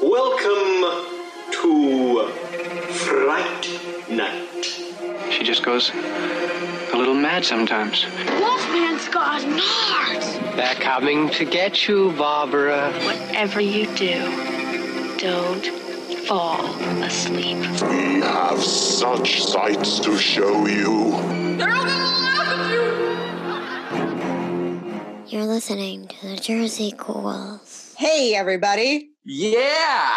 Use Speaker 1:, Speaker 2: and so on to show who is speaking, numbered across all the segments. Speaker 1: Welcome to Fright Night.
Speaker 2: She just goes a little mad sometimes.
Speaker 3: Wolfman's got nards.
Speaker 4: They're coming to get you, Barbara.
Speaker 3: Whatever you do, don't fall asleep.
Speaker 5: We have such sights to show you.
Speaker 6: You're listening to the Jersey Ghouls.
Speaker 7: Hey, everybody.
Speaker 8: Yeah.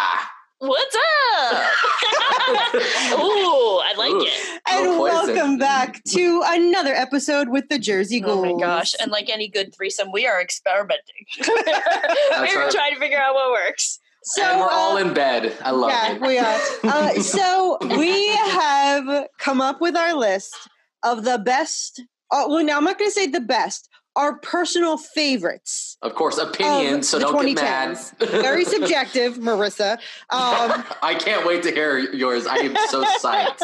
Speaker 9: What's up? Ooh, I like
Speaker 8: Ooh.
Speaker 9: it.
Speaker 7: And
Speaker 8: Well, poison.
Speaker 7: welcome back to another episode with the Jersey
Speaker 9: Oh
Speaker 7: Ghouls.
Speaker 9: my gosh. And like any good threesome, we are experimenting. we were
Speaker 8: right.
Speaker 9: trying to figure out what works.
Speaker 7: So,
Speaker 8: and we're
Speaker 7: uh,
Speaker 8: all in bed. I love
Speaker 7: yeah,
Speaker 8: it.
Speaker 7: we are. Uh, so we have come up with our list of the best. Oh, well, now I'm not going to say the best. Our personal favorites.
Speaker 8: Of course, opinions, so
Speaker 7: the
Speaker 8: don't get mad.
Speaker 7: 2010s. Very subjective, Marissa. Um,
Speaker 8: I can't wait to hear yours. I am so psyched.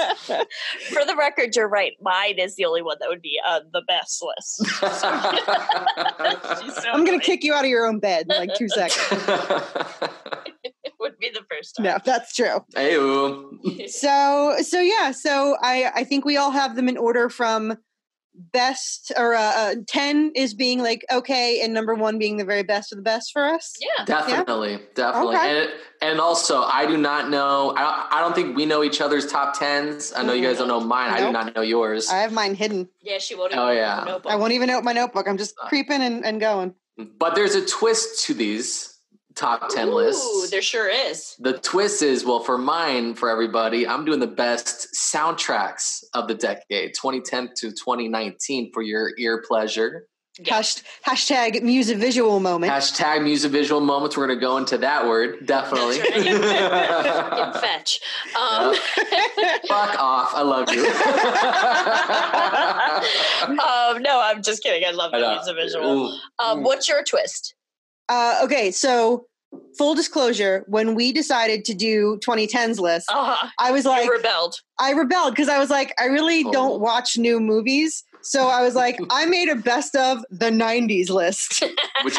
Speaker 9: For the record, you're right. Mine is the only one that would be on the best list. She's so
Speaker 7: I'm going
Speaker 9: funny.
Speaker 7: to kick you out of your own bed in like two seconds.
Speaker 9: It would be the first time.
Speaker 7: No, that's true.
Speaker 8: Ayo.
Speaker 7: so so yeah so i i think we all have them in order from best or uh, uh 10 is being like okay and number one being the very best of the best for us
Speaker 9: Yeah.
Speaker 8: Definitely, definitely,
Speaker 7: Okay.
Speaker 8: and and also, I do not know. I I don't think we know each other's top tens. I know you guys don't know mine. I do
Speaker 7: Nope.
Speaker 8: not know yours.
Speaker 7: i have mine hidden
Speaker 9: Yeah, she won't even
Speaker 8: oh yeah,
Speaker 7: i won't even open my notebook i'm just creeping and, and going
Speaker 8: But there's a twist to these top 10
Speaker 9: Ooh,
Speaker 8: lists.
Speaker 9: there sure is.
Speaker 8: the twist is well, for mine, for everybody, I'm doing the best soundtracks of the decade, 2010 to 2019, for your ear pleasure.
Speaker 7: Hasht- hashtag music visual moment
Speaker 8: Hashtag music visual moments. We're going to go into that word, definitely.
Speaker 9: In fetch. Um,
Speaker 8: Fuck off. I love you.
Speaker 9: um, no, I'm just kidding. I love
Speaker 8: I
Speaker 9: it.
Speaker 8: know.
Speaker 9: It's a visual.
Speaker 8: uh, Ooh. Mm.
Speaker 9: Um, what's your twist?
Speaker 7: uh okay so full disclosure when we decided to do 2010s list
Speaker 9: Uh-huh.
Speaker 7: i was like
Speaker 9: you rebelled.
Speaker 7: I rebelled because I was like, I really
Speaker 8: Oh.
Speaker 7: don't watch new movies. So I was like, I made a best of the 90s list.
Speaker 8: Which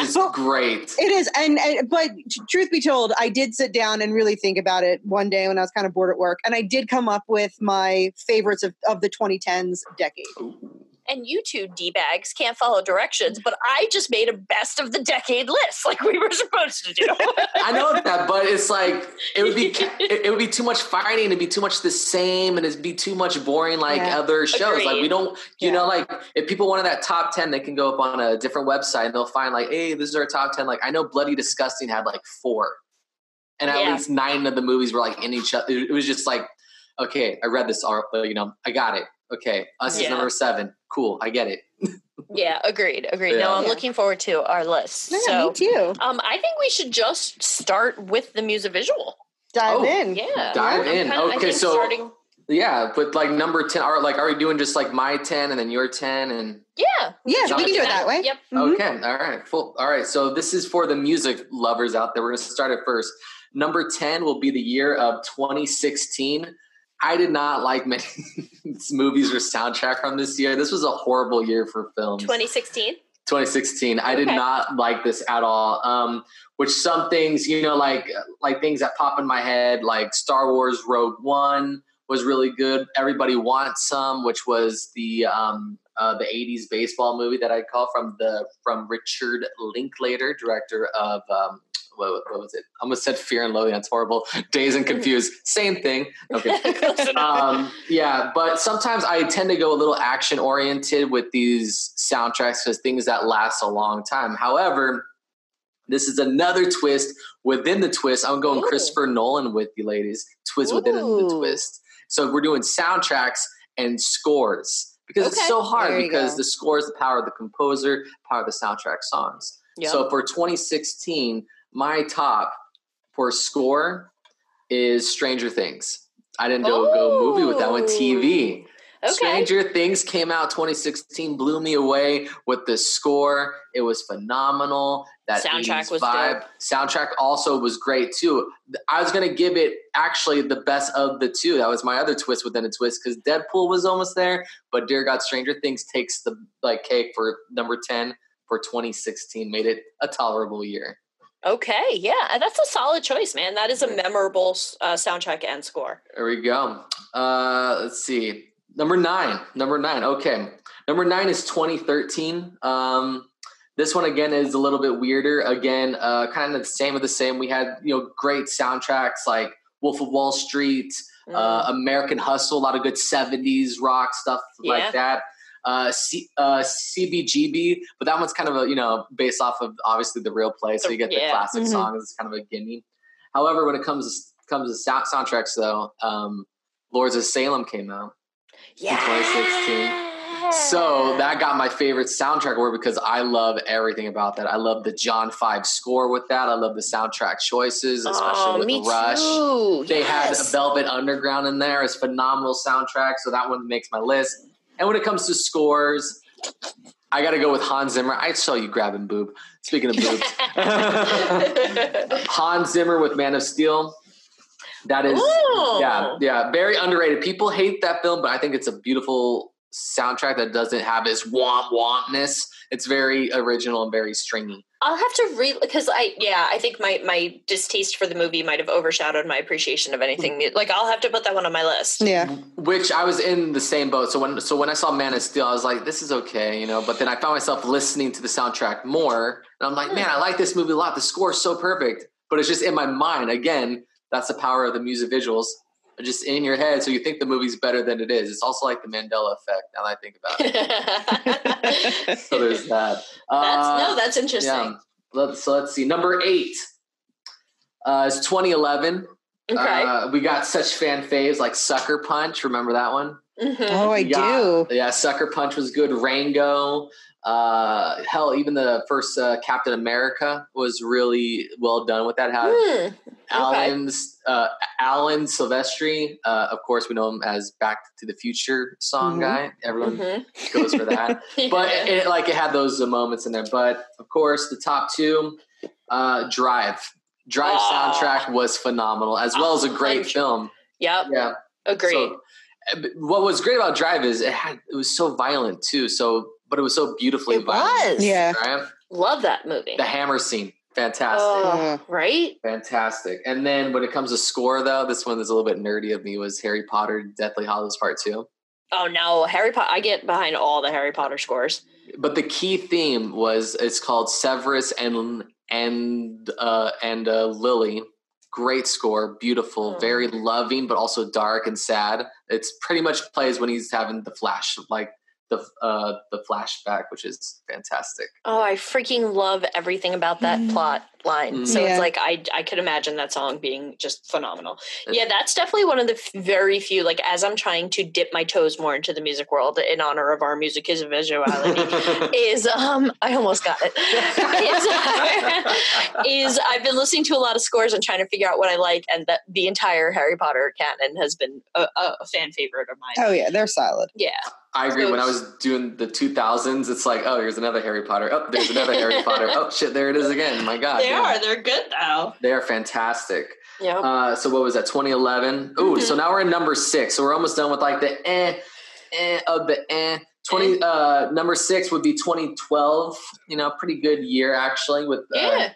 Speaker 8: is great.
Speaker 7: It is. And, and but t- truth be told, I did sit down and really think about it one day when I was kind of bored at work. And I did come up with my favorites of, of the 2010s decade.
Speaker 9: Oh, and you two d bags can't follow directions. But I just made a best of the decade list, like we were supposed to do.
Speaker 8: I know that, but it's like it would be it, it would be too much fighting. It'd be too much the same, and it'd be too much boring like
Speaker 7: Yeah.
Speaker 8: other shows. Like we
Speaker 9: Agreed.
Speaker 8: don't, you
Speaker 7: Yeah.
Speaker 8: know, like if people wanted that top ten, they can go up on a different website and they'll find like, hey, this is our top ten. Like I know Bloody Disgusting had like four, and at
Speaker 9: Yeah.
Speaker 8: least nine of the movies were like in each other. It was just like, okay, I read this, art, you know, I got it. Okay, us
Speaker 9: Yeah.
Speaker 8: is number seven. Cool, I get it.
Speaker 9: yeah, agreed, agreed.
Speaker 8: Yeah.
Speaker 9: No, I'm
Speaker 7: Yeah.
Speaker 9: looking forward to our list.
Speaker 7: Yeah,
Speaker 9: so,
Speaker 7: me too.
Speaker 9: um, I think we should just start with the music visual.
Speaker 7: Dive
Speaker 8: Oh,
Speaker 7: in.
Speaker 9: Yeah,
Speaker 8: Dive
Speaker 9: I'm
Speaker 8: in.
Speaker 9: kind of- I
Speaker 8: Okay,
Speaker 9: think
Speaker 8: so-
Speaker 9: starting.
Speaker 8: Yeah, but like number ten, are like are we doing just like my ten and then your ten and
Speaker 9: Yeah,
Speaker 7: Yeah,
Speaker 8: Dive
Speaker 7: we can do it
Speaker 8: in.
Speaker 7: that way.
Speaker 9: Yep.
Speaker 7: Mhm.
Speaker 8: Okay. All right. Cool. All right. So this is for the music lovers out there. We're going to start it first. Number 10 will be the year of 2016. I did not like many movies or soundtrack from this year. This was a horrible year for films.
Speaker 9: 2016.
Speaker 8: 2016. I did
Speaker 9: Okay.
Speaker 8: not like this at all. Um, which some things, you know, like like things that pop in my head, like Star Wars Rogue One was really good. Everybody Wants Some, which was the um, uh, the 80s baseball movie that I call from the from Richard Linklater, director of um, what, what was it? I almost said Fear and Loathing. That's horrible. Days and Confused. Same thing. Okay
Speaker 9: Close enough.
Speaker 8: um, yeah, but sometimes I tend to go a little action oriented with these soundtracks because things that last a long time. However, this is another twist within the twist. I'm going
Speaker 9: Ooh.
Speaker 8: Christopher Nolan with you, ladies. Twist within the
Speaker 9: Ooh.
Speaker 8: twist. So we're doing soundtracks and scores because it's
Speaker 7: Okay.
Speaker 8: so hard
Speaker 7: There you
Speaker 8: because
Speaker 7: go.
Speaker 8: the score is the power of the composer, power of the soundtrack songs.
Speaker 9: Yep.
Speaker 8: So for 2016, my top for score is Stranger Things. I didn't go, go movie with that one. TV.
Speaker 9: Oh, okay.
Speaker 8: Stranger Things came out 2016, blew me away with the score. It was phenomenal. That
Speaker 9: Soundtrack
Speaker 8: 80s
Speaker 9: was
Speaker 8: vibe. Soundtrack also was great too. I was gonna give it actually the best of the two. That was my other twist within a twist because Deadpool was almost there, but Dear God, Stranger Things takes the like cake for number ten for 2016. Made it a tolerable year.
Speaker 9: Okay, yeah, that's a solid choice, man. That is a memorable uh, soundtrack and score.
Speaker 8: There we go. Uh, let's see. Number nine. Number nine. Okay. Number nine is 2013. Um, this one again is a little bit weirder. Again, uh, kind of the same of the same. We had you know great soundtracks like Wolf of Wall Street, uh,
Speaker 9: Mm.
Speaker 8: American Hustle, a lot of good 70s rock stuff
Speaker 9: Yeah.
Speaker 8: like that. Uh, C- uh, CBGB, but that one's kind of a, you know, based off of obviously the real play. So you get the
Speaker 9: Yeah. Mm-hmm.
Speaker 8: classic
Speaker 7: Mhm.
Speaker 8: songs, it's kind of a gimme. However, when it comes to, comes to sound- soundtracks though, um, Lords of Salem came out.
Speaker 9: yeah.
Speaker 8: 2016. So that got my favorite soundtrack award because I love everything about that. I love the John Five score with that. I love the soundtrack choices,
Speaker 9: Oh,
Speaker 8: especially
Speaker 9: me
Speaker 8: with Rush.
Speaker 9: too.
Speaker 8: They
Speaker 9: Yes.
Speaker 8: had Velvet Underground in there. It's phenomenal soundtrack, so that one makes my list. And when it comes to scores, I got to go with Hans Zimmer. I saw you grabbing boob. Speaking of boobs, Hans Zimmer with Man of Steel. That is,
Speaker 9: Ooh.
Speaker 8: yeah, yeah, very underrated. People hate that film, but I think it's a beautiful soundtrack that doesn't have this womp wompness. It's very original and very stringy.
Speaker 9: I'll have to read because I yeah I think my my distaste for the movie might have overshadowed my appreciation of anything. mu- Like I'll have to put that one on my list.
Speaker 7: Yeah.
Speaker 8: Which I was in the same boat. So when so when I saw Man of Steel, I was like, this is okay, you know. But then I found myself listening to the soundtrack more, and I'm like, man, I like this movie a lot. The score is so perfect, but it's just in my mind. Again, that's the power of the music visuals. They're Just in your head, so you think the movie's better than it is. It's also like the Mandela effect. Now that I think about it,
Speaker 9: that's
Speaker 8: so there's that. Uh,
Speaker 9: no, that's interesting.
Speaker 8: Let's, so let's see. Number eight uh, is 2011.
Speaker 9: Okay.
Speaker 8: Uh, we got such fan faves like Sucker Punch. Remember that one?
Speaker 9: Mhm.
Speaker 7: Oh, I
Speaker 8: You got-
Speaker 7: do.
Speaker 8: Yeah, Sucker Punch was good. Rango. Uh, hell, even the first uh, Captain America was really well done with that. Had
Speaker 9: Hmm.
Speaker 8: Alan's uh, Alan Silvestri. Uh, of course, we know him as Back to the Future song
Speaker 7: Mhm.
Speaker 8: guy. Everyone
Speaker 9: Mhm.
Speaker 8: goes for that but
Speaker 9: Mm-hmm. Yeah.
Speaker 8: it, it, like it had those uh, moments in there. But of course, the top two, uh, Drive. Drive
Speaker 9: Ah.
Speaker 8: soundtrack was phenomenal, as well as a great
Speaker 9: Hundred.
Speaker 8: film.
Speaker 9: yep,
Speaker 8: Yeah,
Speaker 9: agreed.
Speaker 8: So, uh, but what was great about Drive is it had it was so violent too. So, but it was so beautifully
Speaker 9: it
Speaker 8: violent.
Speaker 9: was.
Speaker 7: Yeah.
Speaker 8: Right?
Speaker 9: love that movie.
Speaker 8: The hammer scene, fantastic.
Speaker 9: Oh, right.
Speaker 8: Fantastic. And then when it comes to score, though, this one is a little bit nerdy of me was Harry Potter Deathly Hollows Part 2.
Speaker 9: Oh no, Harry Potter. I get behind all the Harry Potter scores.
Speaker 8: But the key theme was it's called Severus and and uh, and uh, Lily. Great score, beautiful,
Speaker 9: Oh.
Speaker 8: very loving, but also dark and sad. It's pretty much plays when he's having the flash, like the uh, the flashback, which is fantastic.
Speaker 9: Oh, I freaking love everything about that plot line.
Speaker 8: Mm.
Speaker 9: So
Speaker 7: Yeah.
Speaker 9: it's like I I could imagine that song being just phenomenal.
Speaker 8: Uh,
Speaker 9: Yeah, that's definitely one of the f- very few. Like as I'm trying to dip my toes more into the music world in honor of our music is visuality. is um I almost got it. Is, is I've been listening to a lot of scores and trying to figure out what I like, and that the entire Harry Potter canon has been a, a a fan favorite of mine.
Speaker 7: Oh yeah, they're solid.
Speaker 9: Yeah,
Speaker 8: I agree. When I was doing the 2000s, it's like, oh, here's another Harry Potter. Oh, there's another Harry Potter. Oh shit, there it is again. My God,
Speaker 9: they
Speaker 8: Oh, yeah.
Speaker 9: are. They're good though.
Speaker 8: They are fantastic.
Speaker 9: Yeah.
Speaker 8: Uh, so what was that? 2011. Ooh,
Speaker 9: Mhm.
Speaker 8: so now we're in number six. So we're almost done with like the eh, eh of the eh. 20. Uh, number six would be 2012. You know, pretty good year actually. With uh,
Speaker 9: yeah.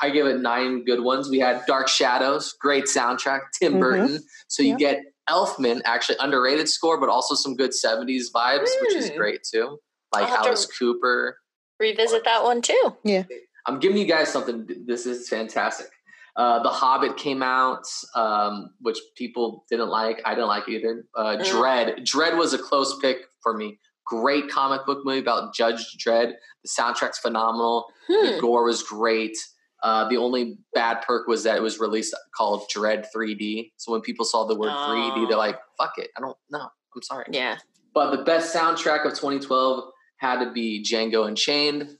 Speaker 8: I give it nine good ones. We had Dark Shadows, great soundtrack, Tim
Speaker 9: Mm-hmm.
Speaker 7: Mhm.
Speaker 8: Burton. So you
Speaker 7: Yeah.
Speaker 8: get Elfman, actually underrated score, but also some good 70s vibes, which is
Speaker 9: Mm.
Speaker 8: great too. Like
Speaker 9: I'll have to-
Speaker 8: Alice Cooper.
Speaker 9: Revisit that one too.
Speaker 8: I'm giving you guys something. This is fantastic. Uh, the Hobbit came out, um, which people didn't like. I didn't like either. Uh,
Speaker 9: Mm.
Speaker 8: Dread. Dread was a close pick for me. Great comic book movie about Judge Dread. The soundtrack's phenomenal. The
Speaker 9: Hmm.
Speaker 8: gore was great. Uh, the only bad perk was that it was released called Dread 3D. So when people saw the word 3D, they're
Speaker 9: Oh.
Speaker 8: like, "Fuck it, I don't know. I'm sorry."
Speaker 9: Yeah.
Speaker 8: But the best soundtrack of 2012 had to be Django Unchained.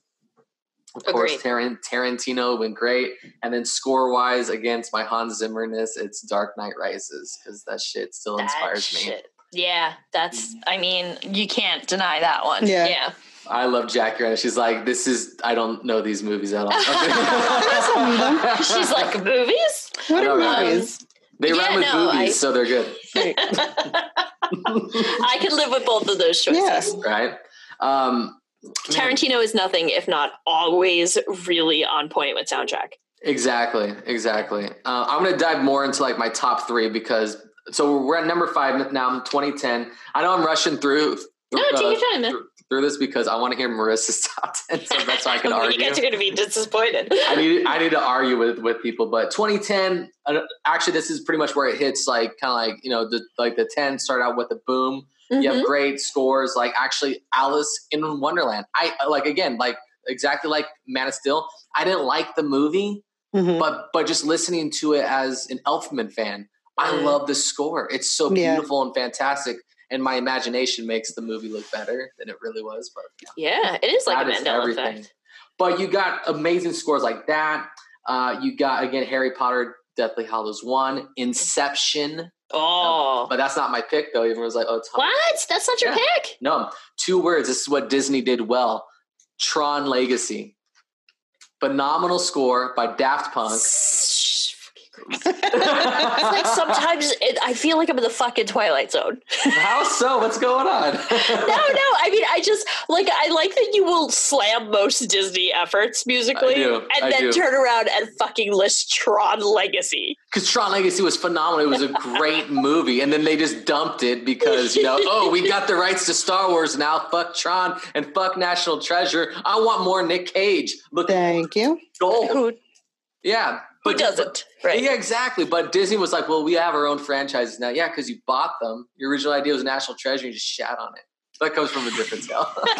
Speaker 8: Of course,
Speaker 9: Agreed.
Speaker 8: Taran- Tarantino went great. And then score wise, against my Hans Zimmerness, it's Dark Knight Rises because that shit still
Speaker 9: That
Speaker 8: inspires me.
Speaker 9: shit. Yeah, that's. I mean, you can't deny that one.
Speaker 7: Yeah.
Speaker 9: yeah.
Speaker 8: I love Jackie Ryan. She's like, this is, I don't know these movies at all.
Speaker 7: Some of them.
Speaker 9: She's like movies.
Speaker 7: What
Speaker 8: All
Speaker 7: are
Speaker 8: right.
Speaker 7: movies?
Speaker 8: they
Speaker 9: Yeah,
Speaker 8: rhyme with
Speaker 9: no,
Speaker 8: boobies,
Speaker 9: I-
Speaker 8: so they're good,
Speaker 9: I could live with both of those choices.
Speaker 7: Yeah.
Speaker 8: right? Um, man,
Speaker 9: Tarantino is nothing if not always really on point with soundtrack.
Speaker 8: Exactly, exactly. Uh, I'm gonna dive more into like my top three because so we're at number five now. 2010. I know I'm rushing through. uh,
Speaker 9: No, take your time, man.
Speaker 8: Through, through this because I want to hear Marissa's top ten, so that's why I can
Speaker 9: You
Speaker 8: argue.
Speaker 9: guys are going to be disappointed.
Speaker 8: I need I need to argue with with people, but 2010. uh, Actually, this is pretty much where it hits. Like kind of like you know the like the 10 start out with a boom.
Speaker 7: Mm-hmm.
Speaker 8: You
Speaker 9: Mm-hmm.
Speaker 8: have great scores. Like actually, Alice in Wonderland. I like again like exactly like Man of Steel. I didn't like the movie
Speaker 7: Mm-hmm.
Speaker 8: but but just listening to it as an Elfman fan, I
Speaker 9: Mm.
Speaker 8: love the score. It's so
Speaker 7: Yeah.
Speaker 8: beautiful and fantastic, and my imagination makes the movie look better than it really was. But you know,
Speaker 9: Yeah, it is like
Speaker 8: that
Speaker 9: a
Speaker 8: is
Speaker 9: Mandela effect.
Speaker 8: But you got amazing scores like that. Uh, you got again Harry Potter, Deathly Hollows One, Inception.
Speaker 9: Oh,
Speaker 8: But that's not my pick though. Everyone's like, oh, Tom.
Speaker 9: what? That's not your
Speaker 8: Yeah.
Speaker 9: pick.
Speaker 8: No, two words. This is what Disney did well. Tron Legacy. Phenomenal score by Daft Punk.
Speaker 9: It's like sometimes it, I feel like I'm in the fucking Twilight Zone.
Speaker 8: How so? What's going
Speaker 9: No,
Speaker 8: on?
Speaker 9: no. I mean, I just like I like that you will slam most Disney efforts musically,
Speaker 8: I do,
Speaker 9: and
Speaker 8: I
Speaker 9: then
Speaker 8: do.
Speaker 9: turn around and fucking list Tron Legacy.
Speaker 8: Because Tron Legacy was phenomenal. It was a great movie, and then they just dumped it because you know, oh, we got the rights to Star Wars now. Fuck Tron and fuck National Treasure. I want more Nick Cage. Look,
Speaker 7: Thank you.
Speaker 8: gold.
Speaker 9: Who
Speaker 8: Yeah,
Speaker 9: who doesn't? Right?
Speaker 8: Yeah, exactly. But Disney was like, well, we have our own franchises now. Yeah, because you bought them. Your original idea was National Treasure. You just shat on it. That comes from a different tale.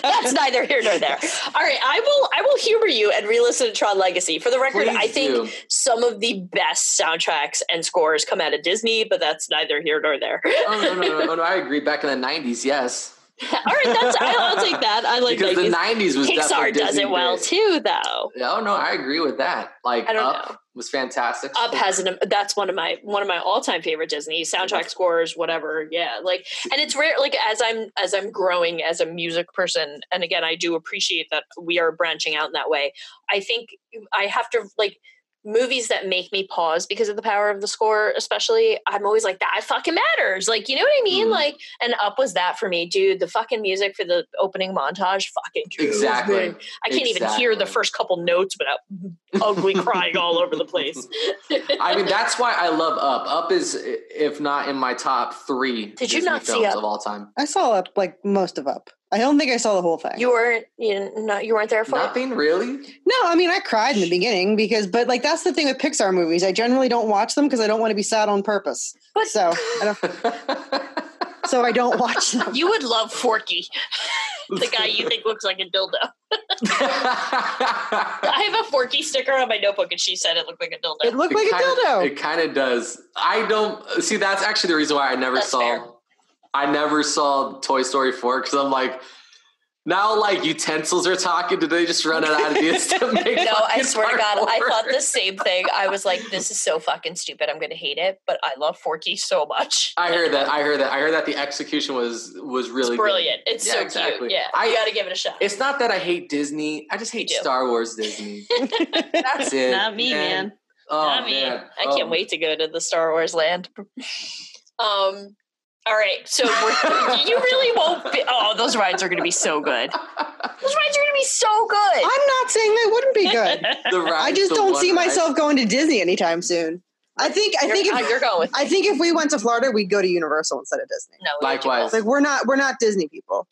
Speaker 9: That's neither here nor there. All right, I will I will humor you and re-listen to Tron Legacy. For the record, I
Speaker 8: Please
Speaker 9: think
Speaker 8: do.
Speaker 9: some of the best soundtracks and scores come out of Disney, but that's neither here nor there.
Speaker 8: Oh no, no, no, no, no! I agree. Back in the '90s, yes,
Speaker 9: All right, that's I'll, I'll take that. I like
Speaker 8: because the
Speaker 9: Legacy.
Speaker 8: '90s was
Speaker 9: Pixar
Speaker 8: definitely
Speaker 9: does
Speaker 8: Disney
Speaker 9: it well
Speaker 8: big.
Speaker 9: too, though.
Speaker 8: Oh no, I agree with that. Like
Speaker 9: I don't
Speaker 8: Up
Speaker 9: know.
Speaker 8: was fantastic.
Speaker 9: Up has an that's one of my one of my all time favorite Disney soundtrack scores, whatever. Yeah, like and it's rare. Like as I'm as I'm growing as a music person, and again, I do appreciate that we are branching out in that way. I think I have to like movies that make me pause because of the power of the score especially i'm always like that fucking matters like you know what i mean
Speaker 8: Mhm.
Speaker 9: like and up was that for me dude the fucking music for the opening montage fucking kills me.
Speaker 8: exactly.
Speaker 9: I can't even hear the
Speaker 8: Exactly.
Speaker 9: first couple notes without mm-hmm, ugly crying all over the place.
Speaker 8: I mean, that's why I love Up. Up is, i- if not in my top three,
Speaker 9: Did you
Speaker 8: Disney
Speaker 9: not see
Speaker 8: films
Speaker 9: Up?
Speaker 8: of all time.
Speaker 7: I saw up like most of up. I don't think I saw the whole thing.
Speaker 9: You weren't you didn't- no, you weren't there for it?
Speaker 8: Nothing really.
Speaker 7: no, I mean I cried in the beginning because, but like that's the thing with Pixar movies. I generally don't watch them because I don't want to be sad on purpose.
Speaker 9: But-
Speaker 7: so I don't, so I don't watch them.
Speaker 9: You would love Forky, the guy you think looks like a dildo. I have a Forky sticker on my notebook, and she said it looked like a dildo.
Speaker 7: It looked like
Speaker 8: kinda,
Speaker 7: a dildo.
Speaker 8: It kind of does. I don't see. That's actually the reason why I never
Speaker 9: That's
Speaker 8: saw.
Speaker 9: fair.
Speaker 8: I never saw Toy Story four because I'm like. Now, like utensils are talking. Did they just run out of ideas to make?
Speaker 9: no, I
Speaker 8: fucking
Speaker 9: swear to God, I
Speaker 8: cardboard?
Speaker 9: thought the same thing. I was like, "This is so fucking stupid. I'm gonna hate it," but I love Forky so much.
Speaker 8: I heard that. I heard that. I heard that the execution was was really
Speaker 9: It's
Speaker 8: good.
Speaker 9: brilliant. It's
Speaker 8: Yeah,
Speaker 9: so
Speaker 8: exactly.
Speaker 9: cute. Yeah,
Speaker 8: I-
Speaker 9: you got to give it a shot.
Speaker 8: It's not that I hate Disney. I just hate
Speaker 9: do.
Speaker 8: Star Wars Disney. That's it. Oh,
Speaker 9: I mean,
Speaker 8: man.
Speaker 9: I
Speaker 8: Oh.
Speaker 9: can't wait to go to the Star Wars land. Um, all right, so we're, you really won't. Be, oh, those rides are going to be so good. Those rides are going to be so good.
Speaker 7: I'm not saying they wouldn't be good.
Speaker 8: The
Speaker 7: I
Speaker 8: ride's
Speaker 7: just
Speaker 8: the
Speaker 7: don't
Speaker 8: one
Speaker 7: see
Speaker 8: ride-
Speaker 7: myself going to Disney anytime soon. I think I
Speaker 9: You're-
Speaker 7: think
Speaker 9: oh,
Speaker 7: if,
Speaker 9: you're going with
Speaker 7: I think if we went to Florida, we'd go to Universal instead of Disney.
Speaker 9: no. you do
Speaker 8: Likewise.
Speaker 7: Like we're not we're not Disney people.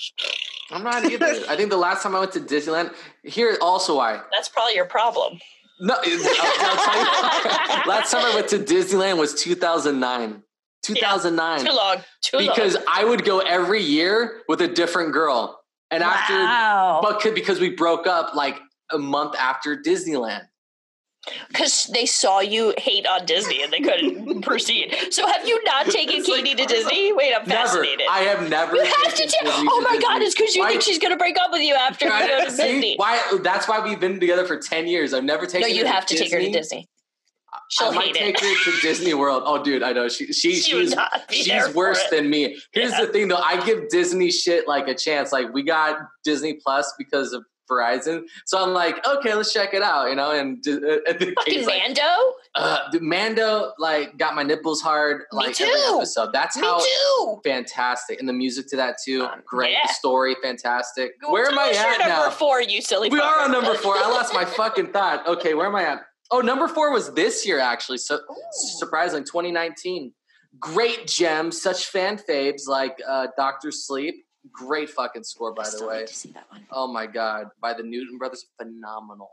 Speaker 8: I'm not either. I think the last time I went to Disneyland, here also why.
Speaker 9: both. That's probably your problem.
Speaker 8: No, I'll, I'll tell you. last time I went to Disneyland was 2009. 2009.
Speaker 9: Too long. Too
Speaker 8: because
Speaker 9: long.
Speaker 8: I would go every year with a different girl. And after,
Speaker 9: wow.
Speaker 8: but could, because we broke up like a month after Disneyland.
Speaker 9: Because they saw you hate on Disney and they couldn't proceed. So have you not taken
Speaker 8: It's like-
Speaker 9: Katie to Disney? Wait, I'm
Speaker 8: Never.
Speaker 9: fascinated.
Speaker 8: I have never.
Speaker 9: you have to
Speaker 8: taken
Speaker 9: take.
Speaker 8: Disney
Speaker 9: Oh
Speaker 8: to
Speaker 9: my
Speaker 8: Disney.
Speaker 9: God! It's because you
Speaker 8: Why-
Speaker 9: think she's going to break up with you after you go to
Speaker 8: See?
Speaker 9: Disney.
Speaker 8: Why? That's why we've been together for ten years. I've never taken.
Speaker 9: No, you
Speaker 8: her
Speaker 9: have to take her to Disney. She'll
Speaker 8: I might
Speaker 9: hate
Speaker 8: take
Speaker 9: it.
Speaker 8: her to Disney World. Oh, dude, I know she, she,
Speaker 9: She would
Speaker 8: she's
Speaker 9: not be there
Speaker 8: she's
Speaker 9: for
Speaker 8: worse
Speaker 9: it.
Speaker 8: than me. Here's the thing, though. I give Disney shit like a chance. Like we got Disney Plus because of Verizon, so I'm like, okay, let's check it out, you know. And, Di- and the
Speaker 9: Fucking
Speaker 8: kid's like,
Speaker 9: Mando?
Speaker 8: uh, dude, Mando like got my nipples hard
Speaker 9: Me
Speaker 8: like every
Speaker 9: too.
Speaker 8: episode. That's how
Speaker 9: too.
Speaker 8: fantastic, and the music to that too.
Speaker 9: Um,
Speaker 8: Great,
Speaker 9: yeah.
Speaker 8: the story fantastic.
Speaker 9: Go
Speaker 8: Where am
Speaker 9: tell
Speaker 8: I
Speaker 9: us
Speaker 8: at
Speaker 9: you're number
Speaker 8: now?
Speaker 9: four, you silly.
Speaker 8: We are
Speaker 9: fucker.
Speaker 8: on number four. I lost my fucking thought. Okay, where am I at? Oh, number four was this year actually. So surprising, 2019. Great gems, such fan faves like uh, Doctor Sleep. Great fucking score, by
Speaker 9: I
Speaker 8: the
Speaker 9: still
Speaker 8: way.
Speaker 9: need to see that one.
Speaker 8: Oh my god, by the Newton Brothers, phenomenal.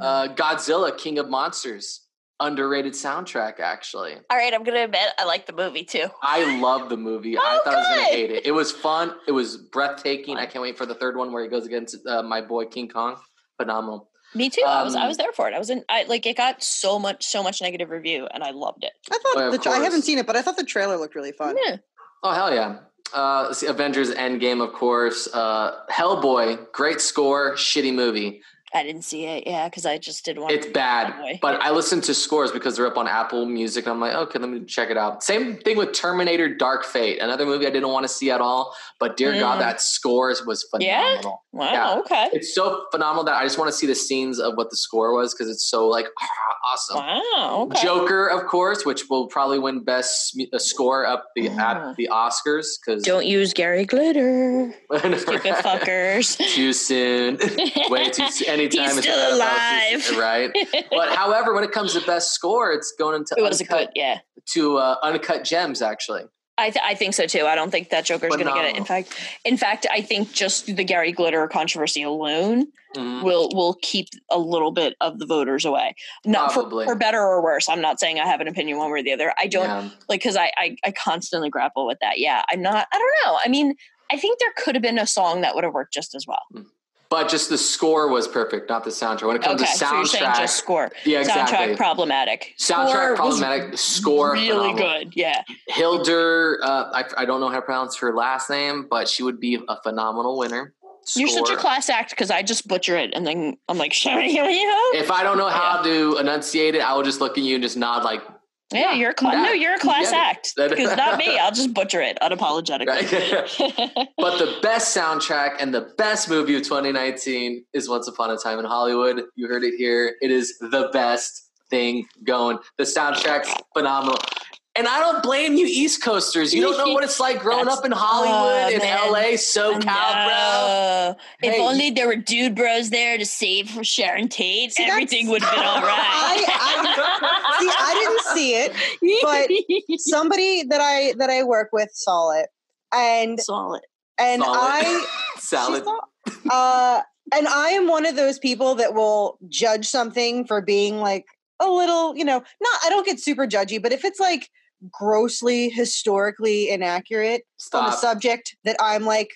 Speaker 8: Uh, Godzilla, King of Monsters, underrated soundtrack. Actually,
Speaker 9: All right, I'm gonna admit I like the movie too.
Speaker 8: I love the movie. I
Speaker 9: Oh,
Speaker 8: thought I was gonna
Speaker 9: good.
Speaker 8: hate it. It was fun. It was breathtaking. I can't wait for the third one where he goes against uh, my boy King Kong. Phenomenal.
Speaker 9: Me too. I was I
Speaker 8: Um,
Speaker 9: was there for it. I was in I like it got so much so much negative review and I loved it.
Speaker 7: I thought
Speaker 8: Well, of
Speaker 7: the tra- I haven't
Speaker 8: course.
Speaker 7: seen it, but I thought the trailer looked really fun.
Speaker 9: Yeah.
Speaker 8: Oh hell yeah! Uh, see, Avengers Endgame, of course. Uh, Hellboy, great score, shitty movie.
Speaker 9: I didn't see it, yeah, because I just didn't want
Speaker 8: It's bad,
Speaker 9: Hellboy.
Speaker 8: but I listen to scores because they're up on Apple Music, and I'm like, okay, let me check it out. Same thing with Terminator: Dark Fate, another movie I didn't want to see at all. But dear
Speaker 9: Mm.
Speaker 8: God, that score was
Speaker 9: Yeah?
Speaker 8: phenomenal.
Speaker 9: Wow,
Speaker 8: yeah.
Speaker 9: okay.
Speaker 8: It's so phenomenal that I just want to see the scenes of what the score was because it's so like awesome.
Speaker 9: Wow, okay.
Speaker 8: Joker, of course, which will probably win best mu- uh, score up the
Speaker 9: Oh.
Speaker 8: at the Oscars because
Speaker 9: Don't use Gary Glitter. Stupid fuckers.
Speaker 8: too soon. Way too soon. Anytime
Speaker 9: He's
Speaker 8: it's
Speaker 9: still
Speaker 8: about-
Speaker 9: alive.
Speaker 8: right? But however, when it comes to best score, it's going into
Speaker 9: It was a
Speaker 8: uncut,
Speaker 9: good, yeah.
Speaker 8: to uh, uncut gems actually.
Speaker 9: I, th- I think so too. I don't think that Joker's going to get it. In
Speaker 8: Phenomenal.
Speaker 9: fact, in fact, I think just the Gary Glitter controversy alone
Speaker 8: Mhm.
Speaker 9: will will keep a little bit of the voters away. Not for,
Speaker 8: Probably.
Speaker 9: for better or worse. I'm not saying I have an opinion one way or the other. I don't
Speaker 8: Yeah.
Speaker 9: like because I, I I constantly grapple with that. Yeah, I'm not. I don't know. I mean, I think there could have been a song that would have worked just as well.
Speaker 8: But just the score was perfect, not Oh, the soundtrack. When it comes
Speaker 9: okay,
Speaker 8: to
Speaker 9: so you're saying
Speaker 8: soundtrack,
Speaker 9: just score.
Speaker 8: yeah, exactly.
Speaker 9: Soundtrack problematic.
Speaker 8: Soundtrack
Speaker 9: Score was
Speaker 8: problematic. Score
Speaker 9: really
Speaker 8: phenomenal.
Speaker 9: good. Yeah.
Speaker 8: Hildur, uh, I, I don't know how to pronounce her last name, but she would be a phenomenal winner.
Speaker 9: You're such a
Speaker 8: Score.
Speaker 9: class act because I just butcher it and then I'm like, yeah,
Speaker 8: If I don't know how to enunciate it, I will just look at you and just nod like,
Speaker 9: yeah, you're a class. No,
Speaker 8: that-
Speaker 9: you're a class
Speaker 8: yeah,
Speaker 9: act
Speaker 8: that-
Speaker 9: because not me. I'll just butcher it unapologetically.
Speaker 8: but the best soundtrack and the best movie of 2019 is Once Upon a Time in Hollywood. You heard it here. It is the best thing going. The soundtrack's phenomenal. And I don't blame you, East Coasters. You don't know what it's like growing
Speaker 9: That's-
Speaker 8: up in Hollywood,
Speaker 9: Oh,
Speaker 8: in
Speaker 9: man.
Speaker 8: LA, SoCal, bro.
Speaker 9: No. If
Speaker 8: Hey.
Speaker 9: only there were dude bros there to save for Sharon Tate,
Speaker 7: See, that's-
Speaker 9: everything would have been all right.
Speaker 7: I- See, I didn't see it. but- Somebody that I that I work with saw it, and
Speaker 9: solid.
Speaker 7: and
Speaker 8: Saw it.
Speaker 7: I
Speaker 8: Salad.
Speaker 7: She's not- uh, and I am one of those people that will judge something for being like a little, you know, not, I don't get super judgy, but if it's like grossly historically inaccurate on a
Speaker 8: Stop.
Speaker 7: subject that I'm like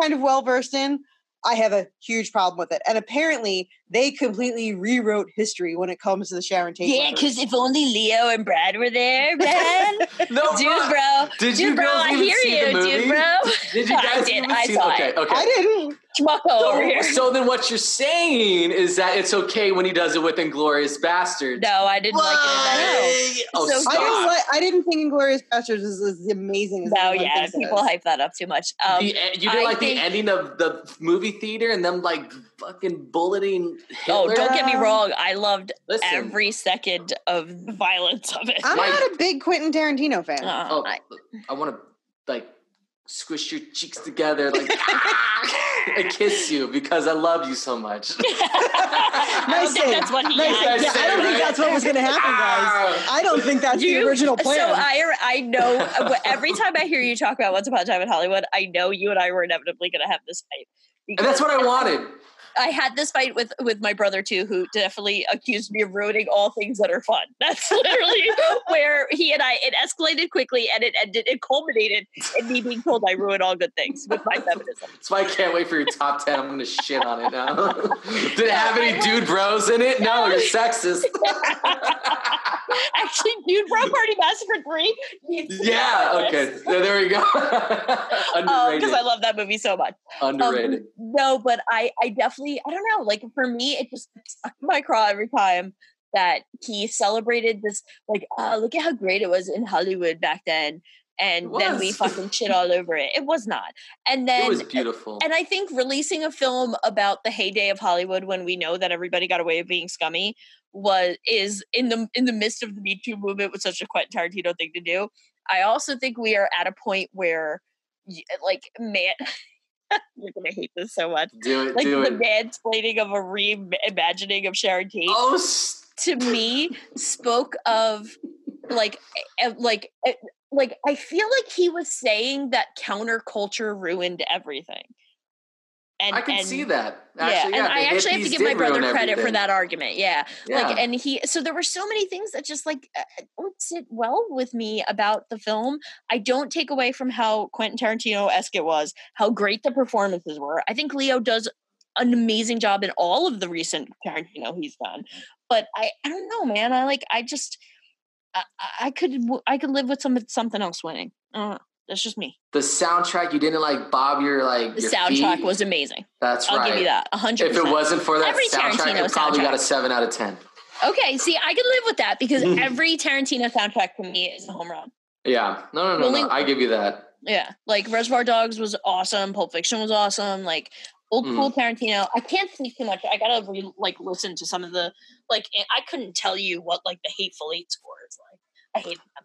Speaker 7: kind of well versed in, I have a huge problem with it. And apparently they completely rewrote history when it comes to the Sharon Tate.
Speaker 9: Yeah,
Speaker 7: letter.
Speaker 9: because if only Leo and Brad were there, man.
Speaker 8: No,
Speaker 9: dude,
Speaker 8: bro.
Speaker 9: bro.
Speaker 8: Did you
Speaker 9: dude, bro,
Speaker 8: girls
Speaker 9: I
Speaker 8: even
Speaker 9: hear
Speaker 8: see the
Speaker 9: you,
Speaker 8: movie?
Speaker 9: dude, bro.
Speaker 8: Did you
Speaker 9: I
Speaker 8: guys
Speaker 9: did.
Speaker 8: even
Speaker 9: I
Speaker 8: see?
Speaker 9: saw
Speaker 8: okay,
Speaker 9: it.
Speaker 8: okay.
Speaker 7: I didn't.
Speaker 9: Schmucko
Speaker 8: So,
Speaker 9: over here.
Speaker 8: so then what you're saying is that it's okay when he does it with Inglorious Bastards.
Speaker 9: no, I didn't like it.
Speaker 8: Why? Oh,
Speaker 9: So
Speaker 7: I didn't,
Speaker 8: stop.
Speaker 7: li- I didn't think Inglorious Bastards was as amazing as
Speaker 9: at all. No,
Speaker 7: everyone
Speaker 9: yeah,
Speaker 7: thinks it
Speaker 9: people
Speaker 7: is.
Speaker 9: hype that up too much. Um,
Speaker 8: the, en- you did
Speaker 9: I
Speaker 8: like
Speaker 9: think-
Speaker 8: the ending of the movie theater and them like fucking bulleting
Speaker 9: oh,
Speaker 8: Hitler.
Speaker 9: don't get me
Speaker 7: Um,
Speaker 9: wrong. I loved
Speaker 8: Listen,
Speaker 9: every second of the violence of it.
Speaker 7: I'm
Speaker 8: Like-
Speaker 7: not a big Quentin Tarantino fan.
Speaker 9: Uh,
Speaker 8: oh,
Speaker 9: I-
Speaker 8: I, want to like squish your cheeks together, like and kiss you because I love you so much.
Speaker 9: I don't think
Speaker 7: save.
Speaker 9: that's what he
Speaker 7: Nice
Speaker 9: had.
Speaker 7: save. Yeah, I don't think that's what was going to happen,
Speaker 8: Ah!
Speaker 7: guys. I don't think that's the
Speaker 9: You-
Speaker 7: original plan.
Speaker 9: So I, I know uh, every time I hear you talk about Once Upon a Time in Hollywood, I know you and I were inevitably going to have this fight.
Speaker 8: and that's what I wanted.
Speaker 9: I had this fight with with my brother too, who definitely accused me of ruining all things that are fun. That's literally where he and I it escalated quickly and it ended it culminated in me being told I ruin all good things with my feminism.
Speaker 8: That's why I can't wait for your top ten. I'm gonna shit on it now. Did it have
Speaker 9: I
Speaker 8: any
Speaker 9: was-
Speaker 8: dude bros in it? No, you're sexist.
Speaker 9: Actually, dude, Bro Party Massacre Three. needs to be on
Speaker 8: yeah.
Speaker 9: my
Speaker 8: Okay.
Speaker 9: list.
Speaker 8: Yeah, there we go.
Speaker 9: Um,
Speaker 8: Underrated.
Speaker 9: because I love that movie so much. Um,
Speaker 8: Underrated.
Speaker 9: no, but I, I definitely, I don't know. Like for me, it just sucked my craw every time uh, that he celebrated this. Like, oh, look at how great it was in Hollywood back then, and
Speaker 8: It
Speaker 9: then we
Speaker 8: was.
Speaker 9: fucking shit all over it. It was not. And then
Speaker 8: it was beautiful.
Speaker 9: and I think releasing a film about the heyday of Hollywood when we know that everybody got away with being scummy was is in the in the midst of the Me Too movement was such a Quentin Tarantino thing to do. I also think we are at a point where, y- like, man, you're gonna hate this so much.
Speaker 8: do it,
Speaker 9: Like
Speaker 8: do
Speaker 9: the
Speaker 8: it.
Speaker 9: mansplaining of a reimagining of Sharon Tate
Speaker 8: Oh, s-
Speaker 9: to me spoke of like eh, like eh, like I feel like he was saying that counterculture ruined everything. And
Speaker 8: I can
Speaker 9: and-
Speaker 8: see that. Actually, yeah,
Speaker 9: and I
Speaker 8: the
Speaker 9: actually have to
Speaker 8: hippies
Speaker 9: give my
Speaker 8: did ruin
Speaker 9: brother credit for
Speaker 8: everything.
Speaker 9: that argument. Yeah.
Speaker 8: Yeah.
Speaker 9: Like, and he, so there were so many things that just like uh, uh, don't sit well with me about the film. I don't take away from how Quentin Tarantino esque it was, how great the performances were. I think Leo does an amazing job in all of the recent Tarantino he's done. But I, I don't know, man. I like, I just, I, I- I could, w- I could live with some something else winning. I don't know. That's just me.
Speaker 8: the soundtrack, you didn't like bob your like.
Speaker 9: The
Speaker 8: your
Speaker 9: soundtrack
Speaker 8: feet.
Speaker 9: was amazing.
Speaker 8: That's
Speaker 9: I'll
Speaker 8: right.
Speaker 9: give you that. A hundred.
Speaker 8: If it
Speaker 9: percent.
Speaker 8: wasn't for that
Speaker 9: Every
Speaker 8: soundtrack,
Speaker 9: Tarantino
Speaker 8: it probably got a
Speaker 9: soundtrack.
Speaker 8: seven out of ten.
Speaker 9: Okay, see, I can live with that because
Speaker 1: Mm.
Speaker 9: every Tarantino soundtrack for me is a home run.
Speaker 8: Yeah. No, no, no,
Speaker 9: The
Speaker 8: no.
Speaker 9: only-
Speaker 8: I give you that.
Speaker 9: Yeah, like Reservoir Dogs was awesome, Pulp Fiction was awesome, like old
Speaker 8: Mm.
Speaker 9: school Tarantino. I can't sleep too much. I gotta re- like listen to some of the like. I couldn't tell you what like the Hateful Eight score is like. I hate them.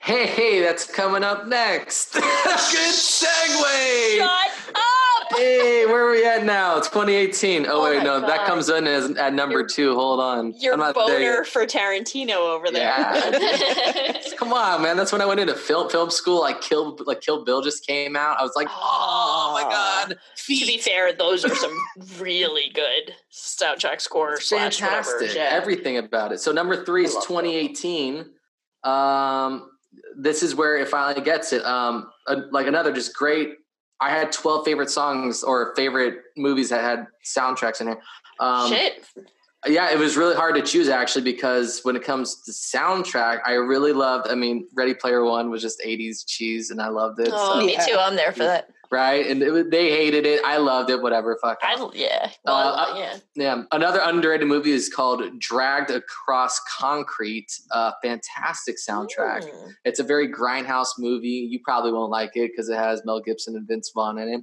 Speaker 8: Hey, hey, that's coming up next. Good segue.
Speaker 9: Shut up!
Speaker 8: Hey, where are we at now? 2018. Oh,
Speaker 9: Oh
Speaker 8: wait,
Speaker 9: my
Speaker 8: no, that
Speaker 9: God.
Speaker 8: comes in as at number
Speaker 9: Your-
Speaker 8: two. Hold on,
Speaker 9: Your
Speaker 8: I'm not there
Speaker 9: boner
Speaker 8: yet.
Speaker 9: for Tarantino over there.
Speaker 8: Yeah. Come on, man. That's when I went into film film school. Like Kill like Kill Bill just came out. I was like, oh my god,
Speaker 9: to be fair, those are some really good soundtrack scores.
Speaker 8: it's fantastic. Everything about it. So number three is 2018. Um, this is where it finally gets it. Um, uh, like another just great. I had 12 favorite songs or favorite movies that had soundtracks in here. Um,
Speaker 9: Shit.
Speaker 8: yeah it was really hard to choose actually because when it comes to soundtrack i really loved i mean ready player one was just 80s cheese and i loved it
Speaker 9: Oh,
Speaker 8: so-
Speaker 9: me too. I'm there for that.
Speaker 8: right and it, was- they hated it i loved it whatever fuck
Speaker 9: I yeah. Well,
Speaker 8: Uh,
Speaker 9: yeah.
Speaker 8: yeah another underrated movie is called dragged across concrete uh, fantastic soundtrack
Speaker 9: Mm.
Speaker 8: it's a very grindhouse movie you probably won't like it because it has mel gibson and vince vaughn in it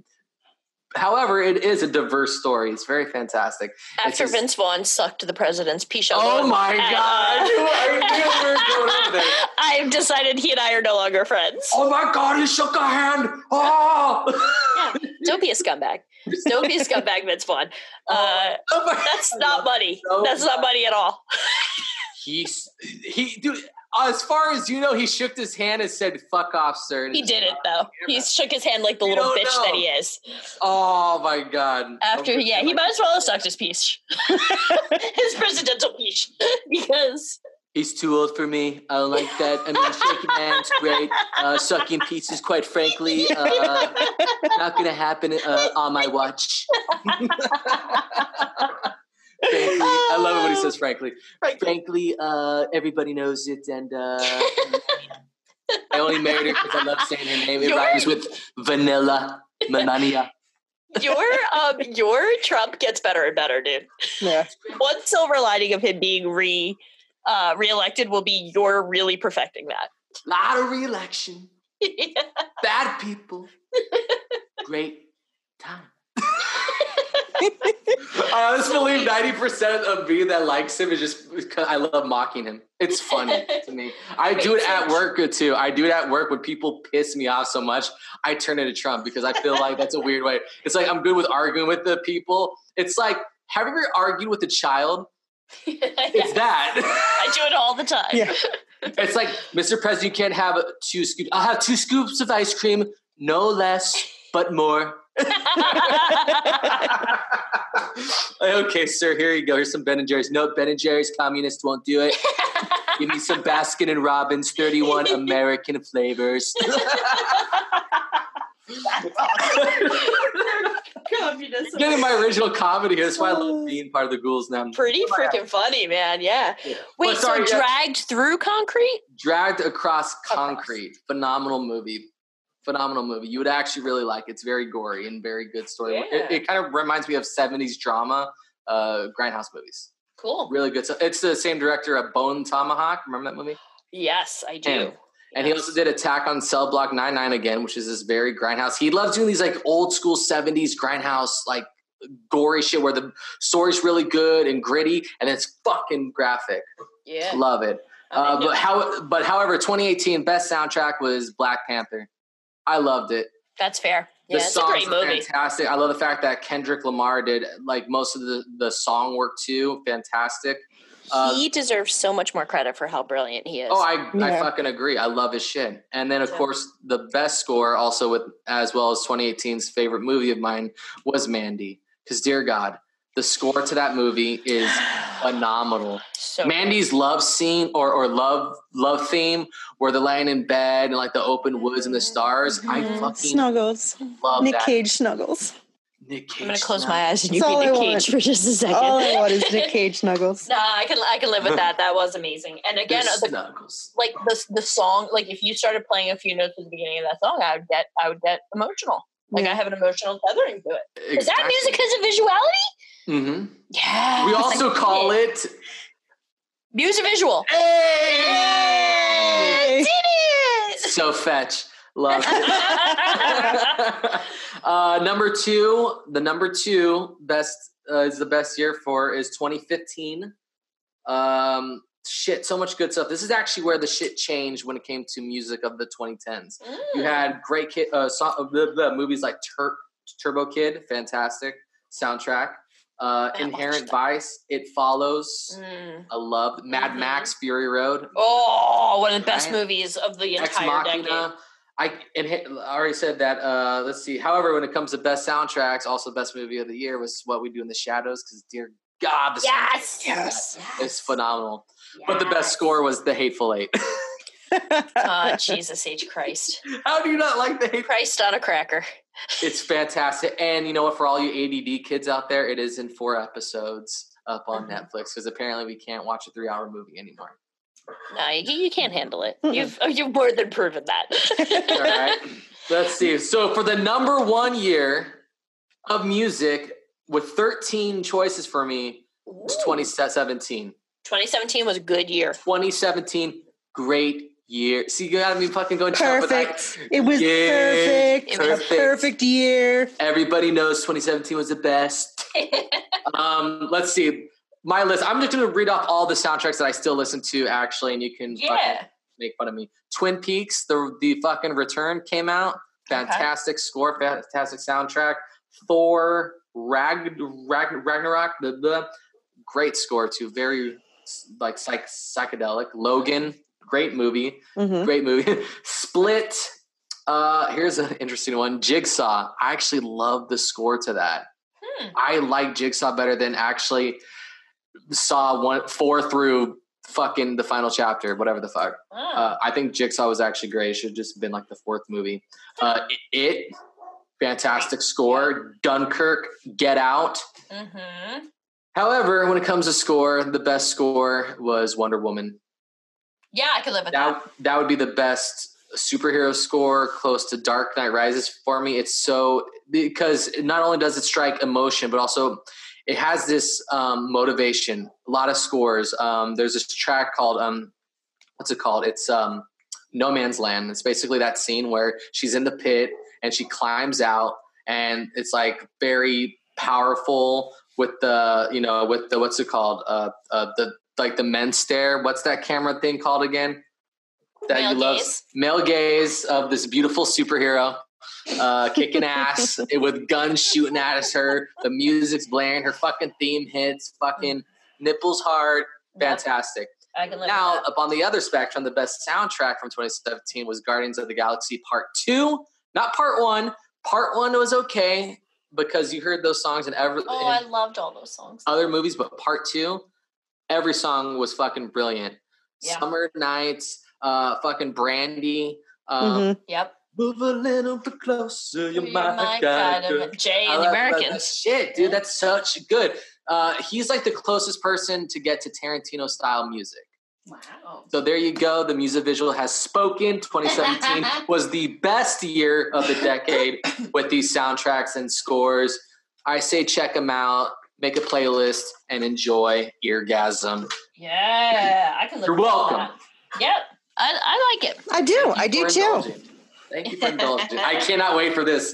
Speaker 8: however it is a diverse story it's very fantastic
Speaker 9: After
Speaker 8: just-
Speaker 9: Vince Vaughn sucked the president's Pisha.
Speaker 8: oh my god you are, you were going over there
Speaker 9: I've decided he and I are no longer friends.
Speaker 8: Oh my God, he shook a hand. Oh,
Speaker 9: Don't be a scumbag. Don't be a scumbag, Vince Vaughn. Uh,
Speaker 8: Oh my-
Speaker 9: that's not money.
Speaker 8: so
Speaker 9: That's not money at all.
Speaker 8: He, he, dude. As far as you know, he shook his hand and said, "Fuck off, sir."
Speaker 9: He did it though. He shook his hand like the
Speaker 8: You
Speaker 9: little
Speaker 8: don't
Speaker 9: bitch
Speaker 8: know.
Speaker 9: that he is.
Speaker 8: Oh my God.
Speaker 9: After
Speaker 8: Oh,
Speaker 9: yeah, he might as well have sucked his peach, his presidential peach, because
Speaker 8: He's too old for me. I don't like that. I mean, shaking hands, great. Uh, sucking pieces, quite frankly, uh, not gonna happen uh, on my watch. frankly, I love it when he says frankly.
Speaker 9: frankly,
Speaker 8: frankly, uh, everybody knows it, and uh, I only married her because I love saying her name. It
Speaker 9: You're-
Speaker 8: rhymes with vanilla melania.
Speaker 9: your um your Trump gets better and better, dude.
Speaker 7: Yeah.
Speaker 9: One silver lining of him being re uh reelected will be you're really perfecting that.
Speaker 8: Lot of reelection, bad people, great time. I almost believe ninety percent of me that likes him is just because I love mocking him. It's funny to me. I do it at work too. I do it at work when people piss me off so much. I turn into Trump because I feel like that's a weird way. It's like I'm good with arguing with the people. It's like have you ever argued with a child? It's that.
Speaker 9: I do it all the time.
Speaker 7: Yeah.
Speaker 8: it's like Mr. President, you can't have two scoops. I'll have two scoops of ice cream, no less but more. okay, sir, here you go. Here's some Ben and Jerry's. No, Ben and Jerry's communist won't do it. Give me some Baskin and Robbins, 31 American flavors.
Speaker 9: Communism.
Speaker 8: Getting my original comedy here. That's why I love being part of the ghouls now.
Speaker 9: Pretty freaking funny, man. Yeah.
Speaker 8: Yeah.
Speaker 9: Wait,
Speaker 8: But sorry,
Speaker 9: so
Speaker 8: yeah.
Speaker 9: dragged through concrete?
Speaker 8: Dragged across concrete. Phenomenal movie. Phenomenal movie. You would actually really like. it. It's very gory and very good story. It,
Speaker 9: Yeah.
Speaker 8: it kind of reminds me of '70s drama, uh, grindhouse movies.
Speaker 9: Cool.
Speaker 8: Really good. So it's the same director of Bone Tomahawk. Remember that movie?
Speaker 9: Yes, I do.
Speaker 8: Damn. And he also did Attack on Cell Block 99 again, which is this very grindhouse. He loves doing these like old school 70s grindhouse, like gory shit where the story's really good and gritty and it's fucking graphic.
Speaker 9: Yeah.
Speaker 8: Love it. Uh, but how? But however, 2018 best soundtrack was Black Panther. I loved it.
Speaker 9: That's fair.
Speaker 8: The
Speaker 9: Yeah, it's a great
Speaker 8: songs are
Speaker 9: movie.
Speaker 8: fantastic. I love the fact that Kendrick Lamar did like most of the the song work too. Fantastic. Uh,
Speaker 9: he deserves so much more credit for how brilliant he is.
Speaker 8: Oh, I, I
Speaker 7: Yeah.
Speaker 8: fucking agree. I love his shit. And then of
Speaker 9: Yeah.
Speaker 8: course the best score also with as well as 2018's favorite movie of mine was Mandy. Because dear God, the score to that movie is phenomenal.
Speaker 9: so
Speaker 8: Mandy's love scene or, or love love theme where they're laying in bad and like the open woods and the stars.
Speaker 9: Mm,
Speaker 8: I fucking
Speaker 7: Snuggles.
Speaker 8: love
Speaker 7: Mm-hmm. Nick
Speaker 8: that.
Speaker 7: Cage snuggles.
Speaker 8: Nick Cage.
Speaker 9: I'm gonna close
Speaker 8: snap.
Speaker 9: my eyes and you
Speaker 7: That's
Speaker 9: be
Speaker 7: all I
Speaker 9: Nick
Speaker 7: want.
Speaker 9: Cage for just a second.
Speaker 7: All I want is Nick Cage snuggles.
Speaker 9: nah, I can I can live with that. That was amazing. And again, uh,
Speaker 8: There's
Speaker 9: the,
Speaker 8: snuggles.
Speaker 9: like the the song, like if you started playing a few notes at the beginning of that song, I would get I would get emotional. Like
Speaker 8: Mm.
Speaker 9: I have an emotional tethering to it. Is that music because of visuality?
Speaker 8: Mm-hmm.
Speaker 9: Yeah.
Speaker 8: We also call it
Speaker 9: music visual.
Speaker 7: Hey!
Speaker 9: Did it!
Speaker 8: So Fetch. Love it. uh, number two, the number two best uh, is the best year for is 2015. Um, shit, so much good stuff. This is actually where the shit changed when it came to music of the 2010s. You had great kid, uh, so, uh, blah, blah, movies like Tur- Turbo Kid, fantastic soundtrack. Uh,
Speaker 9: watched
Speaker 8: Inherent
Speaker 9: that.
Speaker 8: Vice, It Follows,
Speaker 9: Mm.
Speaker 8: I love Mad
Speaker 9: Mhm.
Speaker 8: Max, Fury Road,
Speaker 9: Oh, one of the best
Speaker 8: Right?
Speaker 9: movies of the
Speaker 8: Ex
Speaker 9: entire decade.
Speaker 8: Machina. I and hit, I already said that. Uh, let's see. However, when it comes to best soundtracks, also best movie of the year was What We Do in the Shadows. Because dear God, the soundtrack
Speaker 9: Yes.
Speaker 7: Yes.
Speaker 8: is phenomenal. But the best score was The Hateful Eight.
Speaker 9: Oh, Jesus H. Christ.
Speaker 8: How do you not like The Hateful?
Speaker 9: Christ on a cracker.
Speaker 8: It's fantastic. And you know what? For all you ADD kids out there, it is in four episodes up
Speaker 9: Mm-hmm.
Speaker 8: on Netflix because apparently we can't watch a three-hour movie anymore.
Speaker 9: No, you, you can't handle it.
Speaker 7: Mm-mm.
Speaker 9: You've oh, you've more than proven that.
Speaker 8: All right. Let's see. So for the number one year of music with 13 choices for me, it's 2017.
Speaker 9: 2017 was a good year.
Speaker 8: 2017, great year. See, you gotta be fucking going chop with that.
Speaker 7: Perfect. It was
Speaker 8: Yeah,
Speaker 7: perfect.
Speaker 8: It
Speaker 7: It
Speaker 8: was
Speaker 7: was a perfect year.
Speaker 8: Everybody knows 2017 was the best. um, let's see. My list. I'm just gonna read off all the soundtracks that I still listen to, actually, and you can fucking
Speaker 9: Yeah.
Speaker 8: make fun of me. Twin Peaks, the the fucking return came out. Fantastic score, fantastic soundtrack. Thor, Rag, Rag Ragnarok, blah, blah. great score too. Very like psych, psychedelic. Logan, great movie,
Speaker 7: Mhm.
Speaker 8: great movie. Split. Uh, here's an interesting one. Jigsaw. I actually love the score to that.
Speaker 9: Hmm.
Speaker 8: I like Jigsaw better than actually saw one four through fucking the final chapter, whatever the fuck.
Speaker 9: Oh.
Speaker 8: Uh, I think Jigsaw was actually great. It should have just been like the fourth movie. Uh, it, fantastic score. Dunkirk, Get Out.
Speaker 9: hmm
Speaker 8: However, when it comes to score, the best score was Wonder Woman.
Speaker 9: Yeah, I could live with that.
Speaker 8: That that would be the best superhero score, close to Dark Knight Rises for me. It's so because not only does it strike emotion, but also it has this um, motivation. A lot of scores. Um, there's this track called um, what's it called? It's um, No Man's Land. It's basically that scene where she's in the pit and she climbs out, and it's like very powerful with the you know with the what's it called uh, uh the like the men's stare. What's that camera thing called again? That
Speaker 9: Male
Speaker 8: you love
Speaker 9: gaze?
Speaker 8: male gaze of this beautiful superhero uh, kicking ass with guns shooting at us. Her the music's blaring. Her fucking theme hits. Fucking nipples hard.
Speaker 9: Yep,
Speaker 8: Fantastic.
Speaker 9: I can live
Speaker 8: Now, uh,
Speaker 9: with that.
Speaker 8: up on the other spectrum, the best soundtrack from 2017 was Guardians of the Galaxy Part 2, not Part 1. Part 1 was okay because you heard those songs in every
Speaker 9: Oh, I
Speaker 8: in
Speaker 9: loved all those songs.
Speaker 8: other movies, but Part 2, every song was fucking brilliant.
Speaker 9: Yeah.
Speaker 8: Summer Nights, uh, fucking Brandy, um,
Speaker 7: Mhm.
Speaker 9: Yep.
Speaker 8: Move a little bit closer,
Speaker 9: Mm-hmm.
Speaker 8: you're,
Speaker 9: You're
Speaker 8: my,
Speaker 9: my
Speaker 8: kind
Speaker 9: kind
Speaker 8: of
Speaker 9: of- Jay
Speaker 8: I
Speaker 9: and the
Speaker 8: love- love that
Speaker 9: Americans.
Speaker 8: Shit, dude, that's such good. Uh, he's like the closest person to get to Tarantino style music.
Speaker 9: Wow.
Speaker 8: So there you go. The music visual has spoken. 2017 was the best year of the decade with these soundtracks and scores. I say check them out, make a playlist, and enjoy Eargasm.
Speaker 9: Yeah, I can live
Speaker 8: You're
Speaker 9: with
Speaker 8: welcome.
Speaker 9: that. Yep. I, I like it.
Speaker 7: I do. I
Speaker 8: Thank
Speaker 7: do
Speaker 8: you for
Speaker 7: too.
Speaker 8: indulging. Thank you for indulging. I cannot wait for this.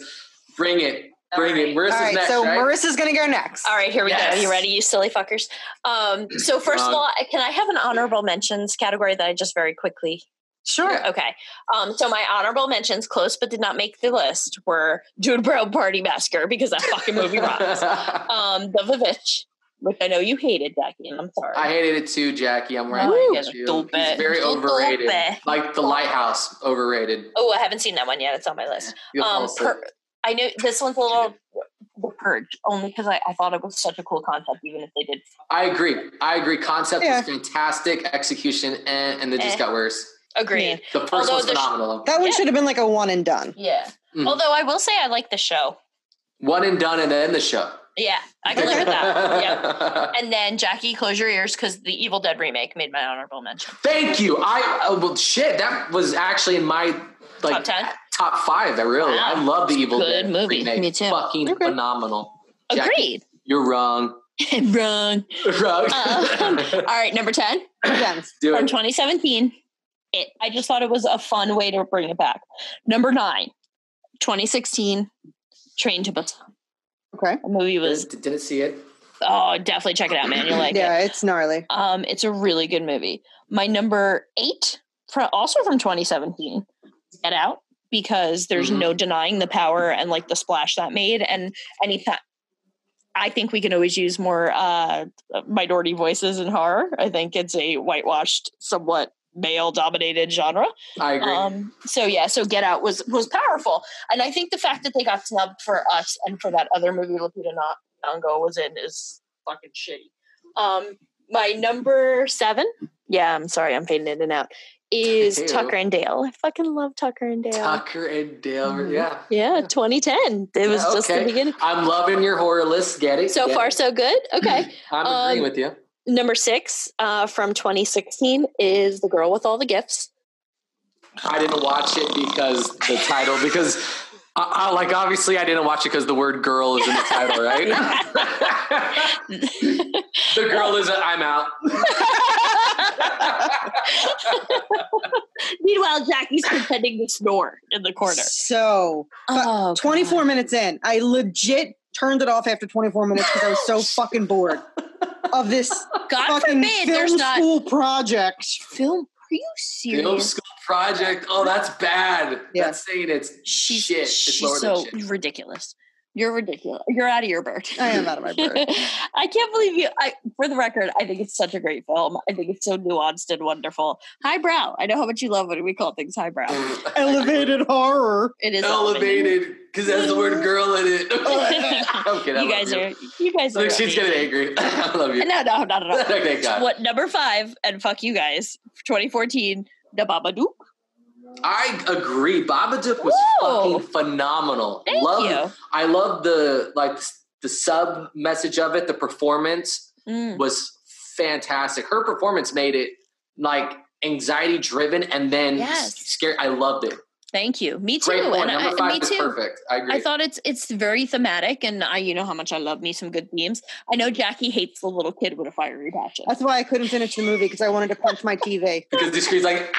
Speaker 8: Bring it. Bring it. Marissa's
Speaker 7: All right,
Speaker 8: next,
Speaker 7: so
Speaker 8: right?
Speaker 7: Marissa's gonna go next.
Speaker 9: All right, here we
Speaker 8: Yes.
Speaker 9: go. You ready, you silly fuckers? Um, so first of
Speaker 8: Wrong.
Speaker 9: all, I- can I have an honorable mentions category that I just very quickly?
Speaker 7: Sure.
Speaker 8: Yeah.
Speaker 9: Okay. Um, so my honorable mentions, close but did not make the list, were Dude Bro Party Massacre because that fucking movie rocks. Um, The Vivitch, which I know you hated, Jackie. and I'm sorry.
Speaker 8: I hated it too, Jackie. I'm right
Speaker 9: Oh, you
Speaker 8: with
Speaker 9: guys are
Speaker 8: you.
Speaker 9: dope.
Speaker 8: He's very
Speaker 9: Dope.
Speaker 8: overrated. Like the lighthouse, overrated.
Speaker 9: oh, I haven't seen that one yet. It's on my list.
Speaker 8: You'll fall
Speaker 9: Um,
Speaker 8: asleep.
Speaker 9: per- I know this one's a little the purge only because I, I thought it was such a cool concept, even if they did.
Speaker 8: I agree. I agree. Concept
Speaker 7: Yeah.
Speaker 8: is fantastic. Execution eh, and it just
Speaker 9: Eh.
Speaker 8: got worse.
Speaker 9: Agreed.
Speaker 8: The first
Speaker 9: Although
Speaker 8: one's
Speaker 9: the sh-
Speaker 8: phenomenal.
Speaker 7: That one
Speaker 9: Yeah.
Speaker 7: should have been like a one and done.
Speaker 9: Yeah.
Speaker 8: Mhm.
Speaker 9: Although I will say I like the show.
Speaker 8: Mm. One and done, and then the show.
Speaker 9: Yeah, I can live with that. Yeah. And then Jackie, close your ears because the Evil Dead remake made my honorable mention.
Speaker 8: Thank you. I uh, well, shit. That was actually in my like
Speaker 9: Top 10?
Speaker 8: top five. I really,
Speaker 9: Wow.
Speaker 8: I love the Evil
Speaker 9: Good
Speaker 8: Dead
Speaker 9: movie.
Speaker 8: remake.
Speaker 9: Me too.
Speaker 8: Fucking
Speaker 7: Okay.
Speaker 8: phenomenal. Jackie,
Speaker 9: Agreed.
Speaker 8: You're wrong.
Speaker 9: Wrong.
Speaker 8: wrong.
Speaker 9: Um, all right, number 10
Speaker 7: Again.
Speaker 8: Do
Speaker 9: from
Speaker 8: it.
Speaker 9: 2017. It, I just thought it was a fun way to bring it back. Number nine, 2016, Train to Busan.
Speaker 7: Okay.
Speaker 9: The movie was,
Speaker 8: Didn't, didn't see it.
Speaker 9: oh, definitely check it out, man. You'll like it.
Speaker 7: yeah, it's gnarly.
Speaker 9: Um, it's a really good movie. My number eight, from, also from 2017, Get Out, because there's
Speaker 8: Mhm.
Speaker 9: no denying the power and like the splash that made. And anytime, I think we can always use more uh, minority voices in horror. I think it's a whitewashed, somewhat male-dominated genre.
Speaker 8: I agree.
Speaker 9: Um, so yeah, so Get Out was was powerful, and I think the fact that they got snubbed for us and for that other movie Lupita Na- Nyong'o was in is fucking shitty. Um, my number seven, yeah, I'm sorry, I'm fading in and out, is
Speaker 8: Ew.
Speaker 9: Tucker and Dale. I fucking love Tucker and Dale.
Speaker 8: Tucker and Dale.
Speaker 9: Mhm.
Speaker 8: Yeah.
Speaker 9: Yeah, 2010. It was
Speaker 8: Yeah,
Speaker 9: just the
Speaker 8: okay.
Speaker 9: beginning.
Speaker 8: I'm loving your horror list. Get it.
Speaker 9: So
Speaker 8: Get
Speaker 9: far,
Speaker 8: it.
Speaker 9: so good. Okay.
Speaker 8: I'm agreeing
Speaker 9: um,
Speaker 8: with you.
Speaker 9: Number six uh, from 2016 is The Girl with All the Gifts.
Speaker 8: I didn't watch it because the title, because I, I, like obviously I didn't watch it because the word "girl" is in the title, right? the girl is. A, I'm out.
Speaker 9: Meanwhile, Jackie's pretending to snore in the corner.
Speaker 7: So But
Speaker 9: Oh,
Speaker 7: 24 minutes in. I legit turned it off after 24 minutes because I was so fucking bored of this
Speaker 9: God, God
Speaker 7: fucking
Speaker 9: forbid there's
Speaker 7: film
Speaker 9: not
Speaker 7: school project.
Speaker 9: film. Are you
Speaker 8: Film
Speaker 9: serious?
Speaker 8: school project. Oh, that's bad.
Speaker 7: Yeah.
Speaker 8: That's saying it's
Speaker 9: She's
Speaker 8: shit. It's lower
Speaker 9: she's
Speaker 8: than
Speaker 9: so
Speaker 8: shit.
Speaker 9: ridiculous. You're ridiculous. You're out of your bird.
Speaker 7: I am out of my bird.
Speaker 9: I can't believe you. I, for the record, I think it's such a great film. I think it's so nuanced and wonderful. Highbrow. I know how much you love when we call things highbrow.
Speaker 7: Elevated horror.
Speaker 9: It is
Speaker 8: Elevated because that's the word "girl" in it. I'm kidding. I
Speaker 9: You
Speaker 8: love
Speaker 9: guys are. You guys are.
Speaker 8: Look, she's getting angry. I love you.
Speaker 9: No, no, not at all.
Speaker 8: okay, God.
Speaker 9: what number five and fuck you guys 2014 the babadook
Speaker 8: I agree. Babadook was
Speaker 9: Whoa.
Speaker 8: fucking phenomenal.
Speaker 9: thank
Speaker 8: love,
Speaker 9: you
Speaker 8: I love the like the sub message of it. The performance
Speaker 9: Mm.
Speaker 8: was fantastic. Her performance made it like anxiety driven and then
Speaker 9: Yes.
Speaker 8: scary. I loved it.
Speaker 9: thank you me too
Speaker 8: Great point.
Speaker 9: and
Speaker 8: Number
Speaker 9: I,
Speaker 8: five
Speaker 9: me
Speaker 8: is
Speaker 9: too
Speaker 8: perfect. I agree.
Speaker 9: I thought it's it's very thematic, and I you know how much I love me some good themes. I know Jackie hates the little kid with a fiery passion.
Speaker 7: That's why I couldn't finish the movie because I wanted to punch my TV.
Speaker 8: because the screen's like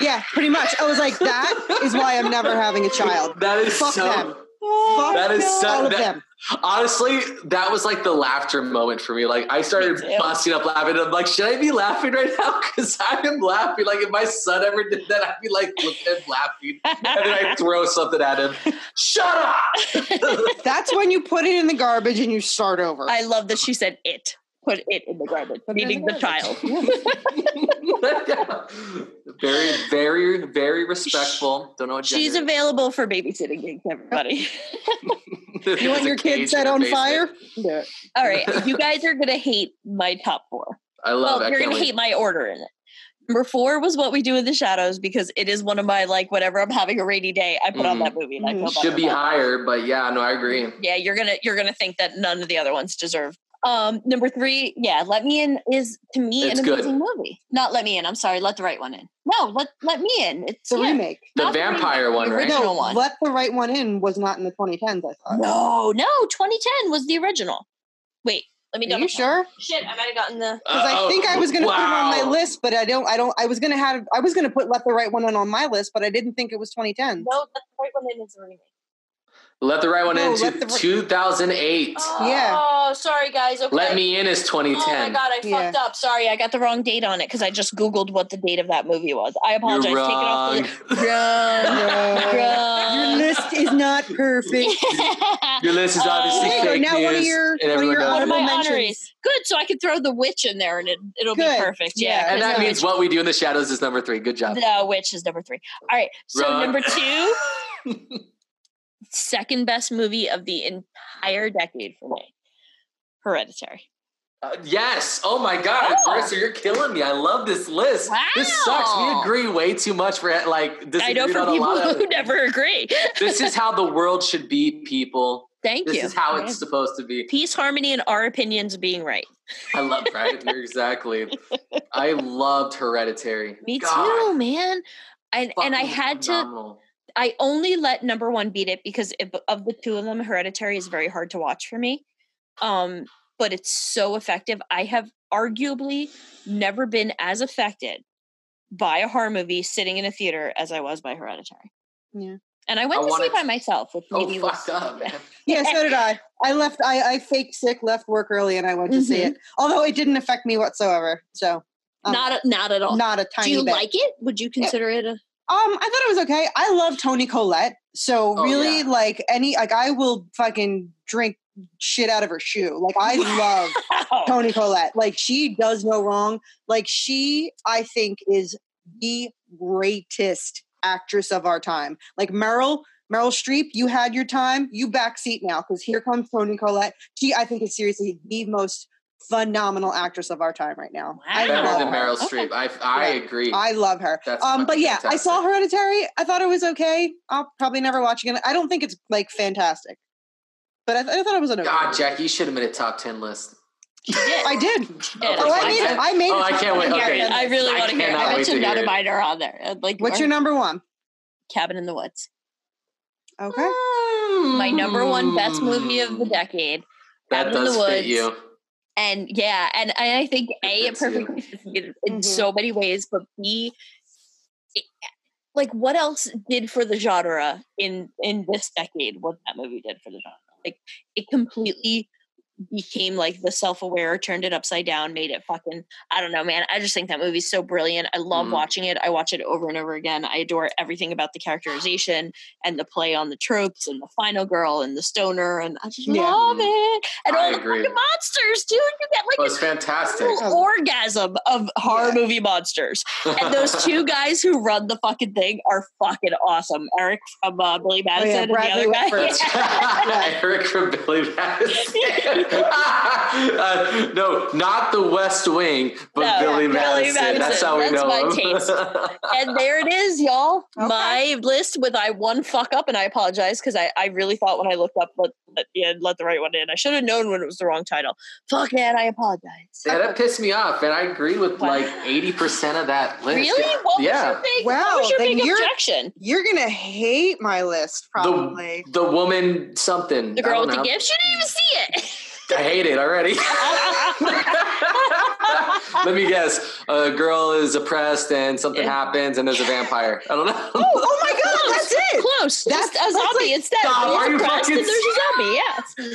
Speaker 7: Yeah, pretty much. I was like, that is why I'm never having a child.
Speaker 8: that is
Speaker 7: Fuck
Speaker 8: so.
Speaker 7: them. Fuck
Speaker 8: Oh, That is so-
Speaker 7: all of
Speaker 8: that-
Speaker 7: them.
Speaker 8: Honestly, that was like the laughter moment for me. Like I started
Speaker 9: Me too.
Speaker 8: busting up laughing. I'm like, should I be laughing right now? Because I am laughing. Like if my son ever did that, I'd be like, look at him laughing, and then I throw something at him. Shut up!
Speaker 7: That's when you put it in the garbage and you start over.
Speaker 9: I love that she said it. Put it in the garbage.
Speaker 7: Put it in
Speaker 9: Meaning
Speaker 7: the
Speaker 9: the child.
Speaker 8: very, very, very respectful. Don't know what
Speaker 9: She's
Speaker 8: gender
Speaker 9: available for babysitting gigs, everybody.
Speaker 8: it is.
Speaker 7: you want
Speaker 8: There's a
Speaker 7: your
Speaker 8: cage in
Speaker 7: kid set
Speaker 8: her
Speaker 7: on
Speaker 8: basement.
Speaker 7: fire? Do it.
Speaker 9: All right, you guys are gonna hate my top four.
Speaker 8: I
Speaker 9: well,
Speaker 8: love. it. I
Speaker 9: you're
Speaker 8: can't
Speaker 9: gonna
Speaker 8: wait.
Speaker 9: hate my order in it. Number four was what we do in the shadows because it is one of my like whenever I'm having a rainy day, I put on
Speaker 8: Mhm.
Speaker 9: that movie and I feel
Speaker 7: Mhm.
Speaker 9: better
Speaker 8: Should be
Speaker 9: about it.
Speaker 8: higher, but yeah, no, I agree.
Speaker 9: Yeah, you're gonna you're gonna think that none of the other ones deserve. Um, number three, yeah, Let Me In is to me
Speaker 8: It's
Speaker 9: an
Speaker 8: good.
Speaker 9: amazing movie. Not Let Me In. I'm sorry, Let the Right One In. No, let Let Me In. It's
Speaker 7: The
Speaker 9: yeah,
Speaker 7: remake.
Speaker 8: The
Speaker 9: not
Speaker 8: vampire
Speaker 9: remake,
Speaker 8: one,
Speaker 9: the
Speaker 8: right?
Speaker 9: original
Speaker 7: No,
Speaker 9: one.
Speaker 7: Let the
Speaker 9: Uh,
Speaker 7: Right One In was not in the 2010s, I thought.
Speaker 9: No, Uh, oh, no, 2010 was the original. Wait, Let me
Speaker 7: Are
Speaker 9: double
Speaker 7: you
Speaker 9: check.
Speaker 7: sure?
Speaker 9: Shit, I might have gotten the.
Speaker 7: Because I think I was going to put it on my
Speaker 8: Uh, oh, wow.
Speaker 7: list, but I don't. I don't. I was going to have. I was going to put "Let the Right One In" on my list, but I didn't think it was 2010.
Speaker 9: No, that's the right one. It is a remake.
Speaker 8: Let the right one
Speaker 7: No,
Speaker 8: in
Speaker 7: Let the
Speaker 8: to
Speaker 7: Ri-
Speaker 8: 2008.
Speaker 7: Yeah.
Speaker 9: Oh, sorry guys. Okay.
Speaker 8: Let me in is
Speaker 9: Oh my
Speaker 8: 2010.
Speaker 9: god, I
Speaker 7: Yeah.
Speaker 9: fucked up. Sorry, I got the wrong date on it because I just Googled what the date of that movie was. I apologize.
Speaker 8: You're
Speaker 9: Take it off the Uh,
Speaker 8: wrong.
Speaker 9: list. Run,
Speaker 7: No. Your
Speaker 9: run.
Speaker 7: list is not perfect.
Speaker 8: Your list is
Speaker 9: Uh,
Speaker 8: obviously
Speaker 9: There you
Speaker 7: go.
Speaker 8: fake
Speaker 7: Now one of
Speaker 8: news,
Speaker 7: your-
Speaker 8: and
Speaker 7: one of
Speaker 8: everyone
Speaker 7: your
Speaker 8: knows
Speaker 9: One of
Speaker 8: it.
Speaker 9: my
Speaker 7: Honorable mentions.
Speaker 9: honours. Good, so I could throw the witch in there and it, it'll
Speaker 7: Good.
Speaker 9: be perfect.
Speaker 7: Yeah,
Speaker 9: Yeah, 'cause
Speaker 8: And that
Speaker 9: the
Speaker 8: means what we do in the shadows is number three. Good job.
Speaker 9: The Witch is number three. All right. So
Speaker 8: Wrong.
Speaker 9: number two, second best movie of the entire decade for me. Hereditary.
Speaker 8: Uh, yes. Oh my God,
Speaker 9: Oh.
Speaker 8: Marissa, you're killing me. I love this list. This sucks. We
Speaker 9: Wow.
Speaker 8: agree way too much for like.
Speaker 9: I know
Speaker 8: disagreed
Speaker 9: for
Speaker 8: on a lot
Speaker 9: people
Speaker 8: of-
Speaker 9: who never agree.
Speaker 8: this is how the world should be, people.
Speaker 9: Thank
Speaker 8: This
Speaker 9: you.
Speaker 8: is how
Speaker 9: Yeah.
Speaker 8: it's supposed to be.
Speaker 9: Peace, harmony, and our opinions being right.
Speaker 8: I love right. You're exactly. I loved Hereditary.
Speaker 9: Me
Speaker 8: God,
Speaker 9: too, man. And and I
Speaker 8: fucking
Speaker 9: had to.
Speaker 8: phenomenal.
Speaker 9: I only let number one beat it because if, of the two of them, Hereditary is very hard to watch for me. Um, but it's so effective. I have arguably never been as affected by a horror movie sitting in a theater as I was by Hereditary.
Speaker 7: Yeah.
Speaker 9: And I went
Speaker 8: I
Speaker 9: to
Speaker 8: wanna-
Speaker 9: see by myself, which
Speaker 8: Oh,
Speaker 9: maybe was
Speaker 8: fucked up, man.
Speaker 7: Yeah, so did I. I left. I, I faked sick, left work early, and I went to see
Speaker 9: Mhm.
Speaker 7: it. Although it didn't affect me whatsoever. So um,
Speaker 9: not a, not at all.
Speaker 7: not a
Speaker 9: Do
Speaker 7: tiny
Speaker 9: you
Speaker 7: bit.
Speaker 9: like it? Would you consider it a
Speaker 7: Um, I thought it was okay. I love Tony Collette, so
Speaker 8: Oh,
Speaker 7: really,
Speaker 8: yeah.
Speaker 7: like any, like I will fucking drink shit out of her shoe. Like I love
Speaker 9: Oh,
Speaker 7: Tony Collette. Like she does no wrong. Like she, I think, is the greatest actress of our time. Like Meryl, Meryl Streep, you had your time. You backseat now because here comes Tony Collette. She, I think, is seriously the most phenomenal actress of our time right now. I
Speaker 9: Wow.
Speaker 8: Better
Speaker 7: love
Speaker 8: than
Speaker 7: her.
Speaker 8: Meryl Streep. I I
Speaker 7: Yeah.
Speaker 8: agree.
Speaker 7: I love her.
Speaker 8: That's
Speaker 7: Um, but
Speaker 8: fucking
Speaker 7: yeah, I saw
Speaker 8: fantastic.
Speaker 7: Hereditary. I thought it was okay. I'll probably never watch again. I don't think it's like fantastic, but I, th- I thought it was an okay.
Speaker 8: God, Jackie, you should have made a top ten list.
Speaker 7: I did.
Speaker 9: did.
Speaker 7: Oh, I made it. I made it.
Speaker 8: Oh, I can't wait.
Speaker 7: Yeah,
Speaker 8: Okay.
Speaker 7: yeah.
Speaker 9: I really
Speaker 8: I
Speaker 9: want to hear. it.
Speaker 8: cannot
Speaker 9: I
Speaker 8: wait
Speaker 9: bet
Speaker 8: to
Speaker 9: you
Speaker 8: hear
Speaker 9: none of
Speaker 8: it.
Speaker 9: mine are on there. Uh, Like
Speaker 7: What's your
Speaker 9: or
Speaker 7: number one?
Speaker 9: Cabin in the Woods?
Speaker 7: Okay.
Speaker 9: My number one best movie of the decade.
Speaker 8: That
Speaker 9: Cabin in the
Speaker 8: does fit
Speaker 9: Woods.
Speaker 8: you.
Speaker 9: And yeah, and, and I think
Speaker 8: It
Speaker 9: A, it
Speaker 8: fits you.
Speaker 9: perfectly fits me in, in
Speaker 8: Mm-hmm.
Speaker 9: so many ways, but B, it- like what else did for the genre in in this decade? What that movie did for the genre? Like it completely became like the self-aware, turned it upside down, made it fucking. I don't know, man. I just think that movie's so brilliant. I love
Speaker 8: Mm.
Speaker 9: watching it. I watch it over and over again. I adore everything about the characterization and the play on the tropes and the final girl and the stoner, and I just
Speaker 7: Yeah.
Speaker 9: love it. And
Speaker 8: I
Speaker 9: all the
Speaker 8: agree.
Speaker 9: fucking monsters, dude. You get
Speaker 8: Oh,
Speaker 9: like
Speaker 8: it's fantastic.
Speaker 9: total orgasm of horror movie monsters. And those two guys who run the fucking thing are fucking awesome. Eric from uh, Billy Madison and the
Speaker 7: Oh, Bradley
Speaker 9: other guy.
Speaker 7: Whitford.
Speaker 9: Yeah.
Speaker 8: Eric from Billy Madison. Uh, no, not the West Wing, but
Speaker 9: No,
Speaker 8: Billy,
Speaker 9: Billy
Speaker 8: Madison. That's
Speaker 9: Madison.
Speaker 8: how we
Speaker 9: That's
Speaker 8: know
Speaker 9: my
Speaker 8: him.
Speaker 9: taste. And there it is, y'all.
Speaker 7: Okay.
Speaker 9: My list with I one fuck up, and I apologize because I, I really thought when I looked up let, let, yeah, let the right one in. I should have known when it was the wrong title. Fuck man, I apologize.
Speaker 8: yeah, that pissed me off, and I agree with
Speaker 9: Wow.
Speaker 8: like eighty percent of that list.
Speaker 9: Really? What was
Speaker 8: yeah.
Speaker 9: your big,
Speaker 7: Wow,
Speaker 9: what was your
Speaker 7: then
Speaker 9: big
Speaker 7: you're-
Speaker 9: objection?
Speaker 7: You're gonna hate my list, probably.
Speaker 8: The, the woman something.
Speaker 9: The
Speaker 8: I
Speaker 9: girl
Speaker 8: don't
Speaker 9: with the
Speaker 8: know.
Speaker 9: gift? She didn't even see it.
Speaker 8: I hate it already. Let me guess. A girl is oppressed and something
Speaker 9: Yeah.
Speaker 8: happens and there's a vampire. I don't know.
Speaker 7: oh my god, that's it.
Speaker 9: Close.
Speaker 7: That's-
Speaker 9: That's a zombie instead.
Speaker 8: Stop,
Speaker 9: He's
Speaker 8: are you
Speaker 9: oppressed
Speaker 8: fucking
Speaker 9: and there's a zombie. Yeah.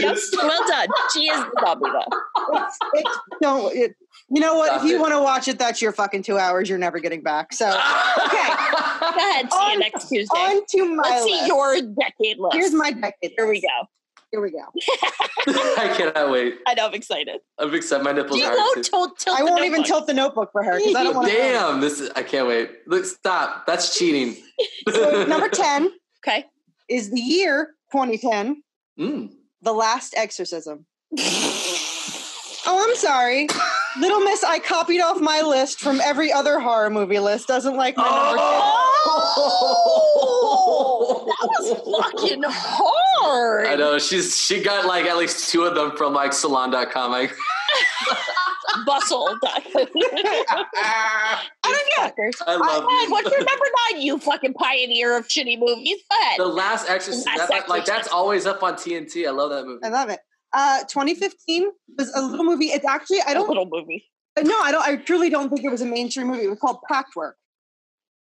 Speaker 9: Yep. Well done. She is the zombie though.
Speaker 7: It, don't. It, you know what?
Speaker 8: Stop
Speaker 7: if you
Speaker 8: it. Ah,
Speaker 7: want to watch it, that's your fucking two hours. You're never getting back. So
Speaker 9: Go ahead. See
Speaker 7: On-
Speaker 9: you next Tuesday.
Speaker 7: on to my
Speaker 9: Let's
Speaker 7: list.
Speaker 9: see your decade list.
Speaker 7: Here's my decade.
Speaker 9: Here we
Speaker 7: list.
Speaker 9: go.
Speaker 7: Here we go.
Speaker 8: I cannot wait.
Speaker 9: I know I'm excited.
Speaker 8: I'm excited. My nipples
Speaker 9: You
Speaker 8: are hard
Speaker 9: won't
Speaker 8: too.
Speaker 9: tilt, tilt
Speaker 7: I
Speaker 9: the
Speaker 7: won't even
Speaker 9: notebook.
Speaker 7: tilt the notebook for her because I don't want to.
Speaker 8: Damn, this is I can't wait. Look, stop. That's cheating.
Speaker 7: Number ten
Speaker 9: Okay.
Speaker 7: is the year 2010.
Speaker 8: Mm.
Speaker 7: The Last Exorcism. oh, I'm sorry. Little Miss, I copied off my list from every other horror movie list. Doesn't like my
Speaker 8: Oh!
Speaker 9: That was fucking hard.
Speaker 8: I know she's she got like at least two of them from like salon.com. I
Speaker 9: Bustle. I don't know.
Speaker 8: I love you.
Speaker 9: what's your number nine, you fucking pioneer of shitty movies? Go ahead.
Speaker 8: The Last Exorcist.
Speaker 9: Last
Speaker 8: that- like that's
Speaker 9: Exorcist.
Speaker 8: always up on TNT. I love that movie.
Speaker 7: number. I love it. Uh, 2015 was a little movie. It's actually I don't
Speaker 9: little movie.
Speaker 7: no, I don't. I truly don't think it was a mainstream movie. It was called Packwork,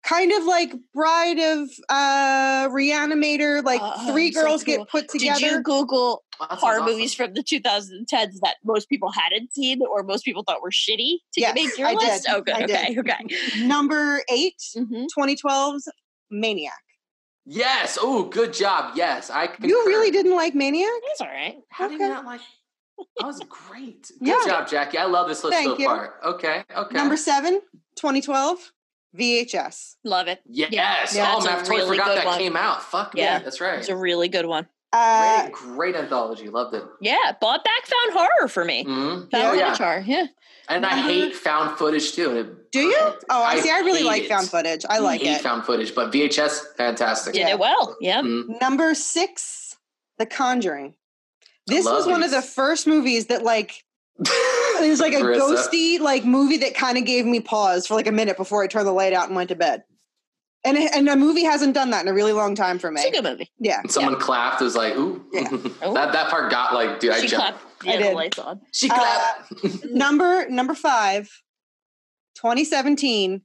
Speaker 7: kind of like Bride of uh, Reanimator. Like
Speaker 9: Oh,
Speaker 7: three
Speaker 9: so
Speaker 7: girls
Speaker 9: cool.
Speaker 7: get put
Speaker 9: Did
Speaker 7: together.
Speaker 9: you Google
Speaker 8: Wow, that sounds
Speaker 9: horror
Speaker 8: awesome.
Speaker 9: movies from the 2010s that most people hadn't seen or most people thought were shitty to
Speaker 7: Yes,
Speaker 9: make your
Speaker 7: I did.
Speaker 9: list? Oh, good.
Speaker 7: I did. Mm-hmm.
Speaker 9: okay, okay.
Speaker 7: Number eight,
Speaker 9: Mhm.
Speaker 7: 2012's Maniac.
Speaker 8: Yes. Oh, good job. Yes, I. Concur.
Speaker 7: You really didn't like Maniac?
Speaker 9: That's all right.
Speaker 8: How do
Speaker 7: okay.
Speaker 8: you not like? That was great. Good
Speaker 7: Yeah.
Speaker 8: job, Jackie. I love this list
Speaker 7: Thank
Speaker 8: so
Speaker 7: you.
Speaker 8: far. Okay. Okay.
Speaker 7: Number seven, 2012, VHS.
Speaker 9: Love it.
Speaker 8: Yes.
Speaker 7: Yeah,
Speaker 8: oh,
Speaker 9: that's
Speaker 8: man,
Speaker 9: a
Speaker 8: I totally
Speaker 9: really
Speaker 8: forgot
Speaker 9: good
Speaker 8: that
Speaker 9: one.
Speaker 8: came out. Fuck yeah,
Speaker 9: Yeah.
Speaker 8: that's right.
Speaker 9: It's a really good one.
Speaker 7: Uh,
Speaker 8: Great, great anthology. Loved it.
Speaker 9: Yeah, bought back found horror for me.
Speaker 8: hmm
Speaker 9: Found
Speaker 8: Yeah.
Speaker 9: footage horror. Yeah.
Speaker 8: And I hate found footage too. and it-
Speaker 7: do you? Oh, I,
Speaker 8: I
Speaker 7: see. I really
Speaker 8: hate
Speaker 7: like
Speaker 8: it.
Speaker 7: found footage. I like
Speaker 8: hate
Speaker 7: it.
Speaker 8: found footage, but VHS, fantastic.
Speaker 9: Did
Speaker 7: Yeah.
Speaker 9: it Oh, well. Yeah.
Speaker 8: Mhm.
Speaker 7: Number six, The Conjuring. This
Speaker 8: love
Speaker 7: was one of
Speaker 8: these.
Speaker 7: the first movies that like it was like a
Speaker 8: Carissa.
Speaker 7: ghosty like movie that kind of gave me pause for like a minute before I turned the light out and went to bed. And it, and a movie hasn't done that in a really long time for
Speaker 9: It's a
Speaker 7: me.
Speaker 9: good movie.
Speaker 7: Yeah,
Speaker 8: And Someone clapped. It was like, ooh.
Speaker 7: Yeah.
Speaker 9: Ooh.
Speaker 8: that, that part got like, dude, I
Speaker 9: Oh. she
Speaker 8: jumped.
Speaker 9: clapped the
Speaker 7: I
Speaker 9: other
Speaker 7: did.
Speaker 9: lights on.
Speaker 8: She
Speaker 7: Uh,
Speaker 8: clapped.
Speaker 7: number number five, 2017.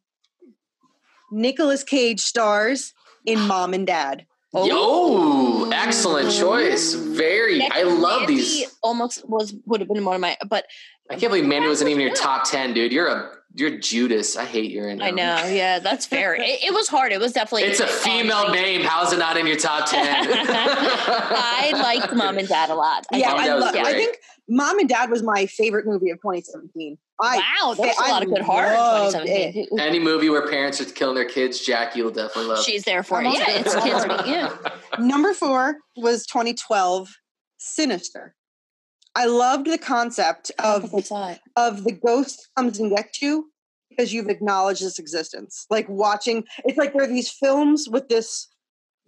Speaker 7: Nicolas Cage stars in Mom and Dad.
Speaker 8: Yo, excellent choice. Very. I
Speaker 9: Next,
Speaker 8: love
Speaker 9: Mandy
Speaker 8: these.
Speaker 9: Almost was would have been one of my, but
Speaker 8: I can't believe Mandy wasn't even your top ten, dude. You're a you're Judas. I hate your name.
Speaker 9: I know. Yeah, that's fair. it, it was hard. It was definitely.
Speaker 8: Mm-hmm. It's a female
Speaker 9: Um,
Speaker 8: name. How is it not in your top ten?
Speaker 9: I liked mom and dad a lot. I
Speaker 7: yeah,
Speaker 8: Mom
Speaker 9: thought-
Speaker 8: and
Speaker 7: I,
Speaker 8: Dad was
Speaker 7: love. I
Speaker 8: great.
Speaker 7: think Mom and Dad was my favorite movie of 2017. I
Speaker 9: wow, there was a
Speaker 7: I
Speaker 9: lot of good horror
Speaker 7: loved
Speaker 9: in 2017. Who-
Speaker 8: Any movie where parents are killing their kids, Jackie will definitely
Speaker 9: who-
Speaker 8: love.
Speaker 9: She's there for it.
Speaker 7: Mom and
Speaker 9: Yeah,
Speaker 7: Dad.
Speaker 9: it's kids. but Yeah,
Speaker 7: Number four was 2012, Sinister. I loved the concept of
Speaker 9: I saw it.
Speaker 7: of the ghost comes and gets you because you've acknowledged its existence. Like watching, it's like there are these films with this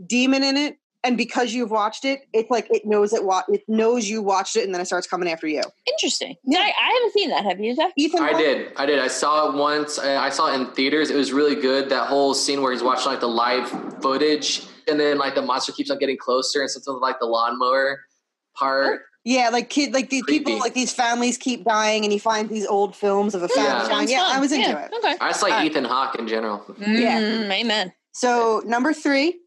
Speaker 7: demon in it, and because you've watched it, it's like it knows it. Wa- it knows you watched it, and then it starts coming after you.
Speaker 9: Interesting.
Speaker 7: Yeah. Uh,
Speaker 9: I, I haven't seen that. Have you, Zach?
Speaker 7: Ethan,
Speaker 8: I
Speaker 7: Hawke-
Speaker 8: did. I did. I saw it once. uh, I saw it in theaters. It was really good. That whole scene where he's watching like the live footage, and then like the monster keeps on getting closer, and something with, like the lawnmower part.
Speaker 7: Yeah, like kid, like these people,
Speaker 8: Creepy.
Speaker 7: like these families keep dying, and you find these old films of a family.
Speaker 8: Yeah.
Speaker 7: dying. Yeah, I was into it.
Speaker 9: Okay.
Speaker 8: I just like
Speaker 7: Alright.
Speaker 8: Ethan Hawke in general.
Speaker 7: Yeah.
Speaker 9: Mm, amen.
Speaker 7: So number three,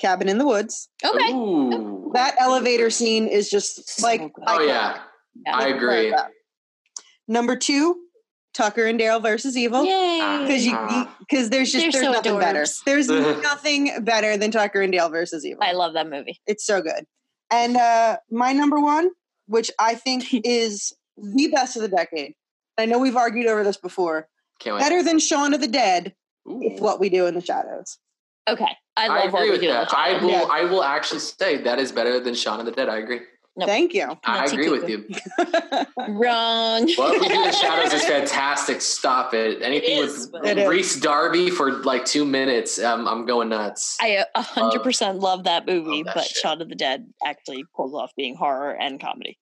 Speaker 7: Cabin in the Woods.
Speaker 9: Okay.
Speaker 8: Ooh.
Speaker 7: That elevator scene is just
Speaker 9: So
Speaker 7: like
Speaker 9: good.
Speaker 8: Oh
Speaker 7: iconic.
Speaker 8: yeah,
Speaker 9: Yeah.
Speaker 8: I agree.
Speaker 7: Number two, Tucker and Daryl versus Evil.
Speaker 9: Yay.
Speaker 8: Ah,
Speaker 7: Because you, because there's just
Speaker 9: They're
Speaker 7: there's
Speaker 9: so
Speaker 7: nothing better.
Speaker 9: adorbs.
Speaker 7: There's nothing better than Tucker and Dale versus Evil.
Speaker 9: I love that movie.
Speaker 7: It's so good. And uh, my number one, which I think is the best of the decade. I know we've argued over this before.
Speaker 8: Can't wait.
Speaker 7: Better than Shaun of the Dead,
Speaker 8: Ooh.
Speaker 7: it's what we do in the shadows.
Speaker 9: Okay. I love what
Speaker 8: agree
Speaker 9: we
Speaker 8: with
Speaker 9: do.
Speaker 8: that. I will.
Speaker 7: Yeah.
Speaker 8: I will actually say that is better than Shaun of the Dead. I agree.
Speaker 9: Nope.
Speaker 7: Thank you.
Speaker 8: I
Speaker 9: Nazi
Speaker 8: agree with
Speaker 9: cuckoo.
Speaker 8: you.
Speaker 9: Wrong.
Speaker 8: What we do in the shadows is fantastic. Stop it. Anything
Speaker 9: It is,
Speaker 8: with
Speaker 9: but-
Speaker 7: It is.
Speaker 8: Reese Darby for like two minutes, um, I'm going nuts.
Speaker 9: I uh, a hundred percent love that movie,
Speaker 8: that
Speaker 9: but
Speaker 8: shit.
Speaker 9: Shaun of the Dead actually pulls off being horror and comedy.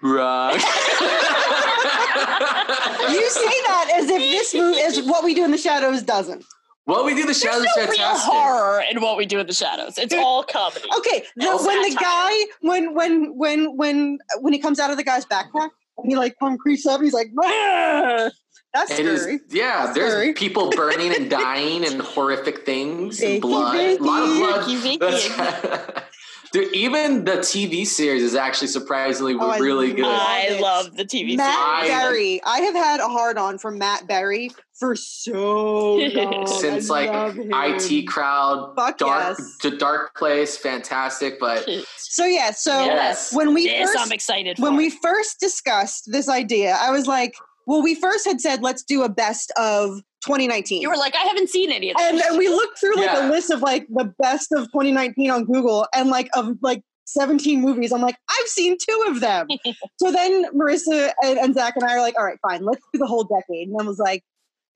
Speaker 8: Wrong.
Speaker 7: you say that as if this movie is what we do in the shadows doesn't.
Speaker 8: what we do in the
Speaker 9: There's
Speaker 8: shadows
Speaker 9: no real
Speaker 8: is fantastic.
Speaker 9: horror in what we do in the shadows. It's all comedy.
Speaker 7: Okay, the,
Speaker 9: No
Speaker 7: when the
Speaker 9: satire.
Speaker 7: guy when when when when when he comes out of the guy's backpack and he like come creeps up, he's like, "Brrr." that's
Speaker 8: It
Speaker 7: scary.
Speaker 8: is, yeah. There's
Speaker 7: Scary.
Speaker 8: people burning and dying and horrific things
Speaker 7: Vicky,
Speaker 8: and blood. A lot of
Speaker 7: Vicky.
Speaker 8: blood.
Speaker 9: Vicky, Vicky.
Speaker 8: That's- Dude, even the TV series is actually surprisingly
Speaker 7: Oh, I
Speaker 8: really good.
Speaker 7: love
Speaker 9: I
Speaker 7: it.
Speaker 9: love the TV
Speaker 7: Matt
Speaker 8: I-
Speaker 7: Berry. I have had a hard on for Matt Berry for so long.
Speaker 8: Since,
Speaker 7: I
Speaker 8: like,
Speaker 7: love him.
Speaker 8: IT crowd,
Speaker 7: Fuck
Speaker 8: dark
Speaker 7: yes.
Speaker 8: to dark place, fantastic. But
Speaker 9: series.
Speaker 7: So yeah, so
Speaker 8: Yes.
Speaker 7: when we
Speaker 9: This
Speaker 7: first
Speaker 9: I'm excited for.
Speaker 7: when we first discussed this idea, I was like, well, we first had said let's do a best of 2019.
Speaker 9: you were like, I haven't seen any of that.
Speaker 7: and, and we looked through like
Speaker 8: Yeah.
Speaker 7: a list of like the best of 2019 on Google and like of like 17 movies. I'm like, I've seen two of them. so then Marissa and, and Zach and I are like, all right, fine, let's do the whole decade. And I was like,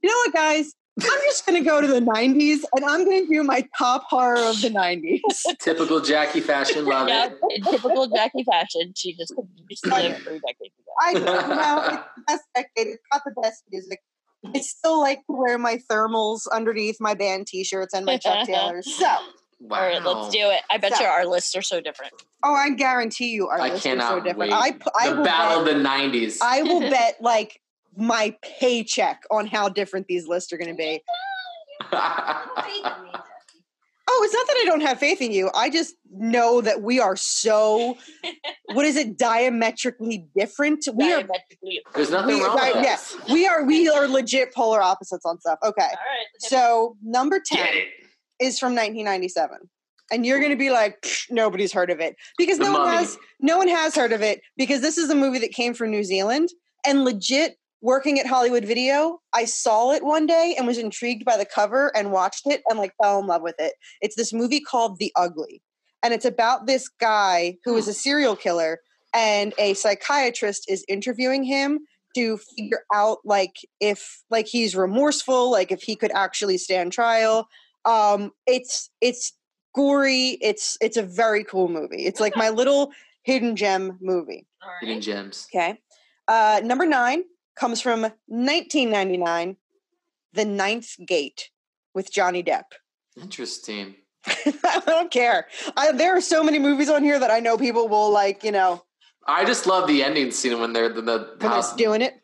Speaker 7: you know what, guys? I'm just gonna go to the 90s and I'm gonna do my top horror of the 90s.
Speaker 8: typical Jackie fashion, love
Speaker 9: Yeah,
Speaker 8: it.
Speaker 9: in typical Jackie fashion, she just just lived through decades ago.
Speaker 7: I you know it's the best decade. It's got the best music. I still like to wear my thermals underneath my band T-shirts and my Chuck Taylors. So
Speaker 8: Wow.
Speaker 9: All right, let's do it. I bet
Speaker 7: So-
Speaker 9: you our lists are so different.
Speaker 7: Oh, I guarantee you, our
Speaker 8: I
Speaker 7: lists are so
Speaker 8: cannot
Speaker 7: different.
Speaker 8: wait.
Speaker 7: I pu- I
Speaker 8: the
Speaker 7: will
Speaker 8: battle
Speaker 7: bet-
Speaker 8: of the 90s.
Speaker 7: I will bet like my paycheck on how different these lists are going to be. Oh, it's not that I don't have faith in you. I just know that we are so what is it diametrically different. We are
Speaker 9: Diametrically-
Speaker 8: There's nothing
Speaker 7: we,
Speaker 8: wrong
Speaker 7: right,
Speaker 8: with
Speaker 7: yes, we are we are legit polar opposites on stuff. Okay.
Speaker 9: All right.
Speaker 7: So, number
Speaker 8: that.
Speaker 7: 10 is from 1997. And you're going to be like "Psh, nobody's heard of it because
Speaker 8: The
Speaker 7: no one
Speaker 8: Mummy.
Speaker 7: has no one has heard of it because this is a movie that came from New Zealand and legit working at Hollywood Video, I saw it one day and was intrigued by the cover and watched it and like fell in love with it. It's this movie called The Ugly. And it's about this guy who is a serial killer and a psychiatrist is interviewing him to figure out like if like he's remorseful, like if he could actually stand trial. Um it's it's gory, it's it's a very cool movie. It's like my little hidden gem movie.
Speaker 8: Hidden gems.
Speaker 7: Okay. Uh, number nine comes from 1999, The Ninth Gate with Johnny Depp.
Speaker 8: Interesting.
Speaker 7: I don't care. I, there are so many movies on here that I know people will like, you know,
Speaker 8: I just love the ending scene when they're the, the
Speaker 7: when
Speaker 8: house.
Speaker 7: they're doing it.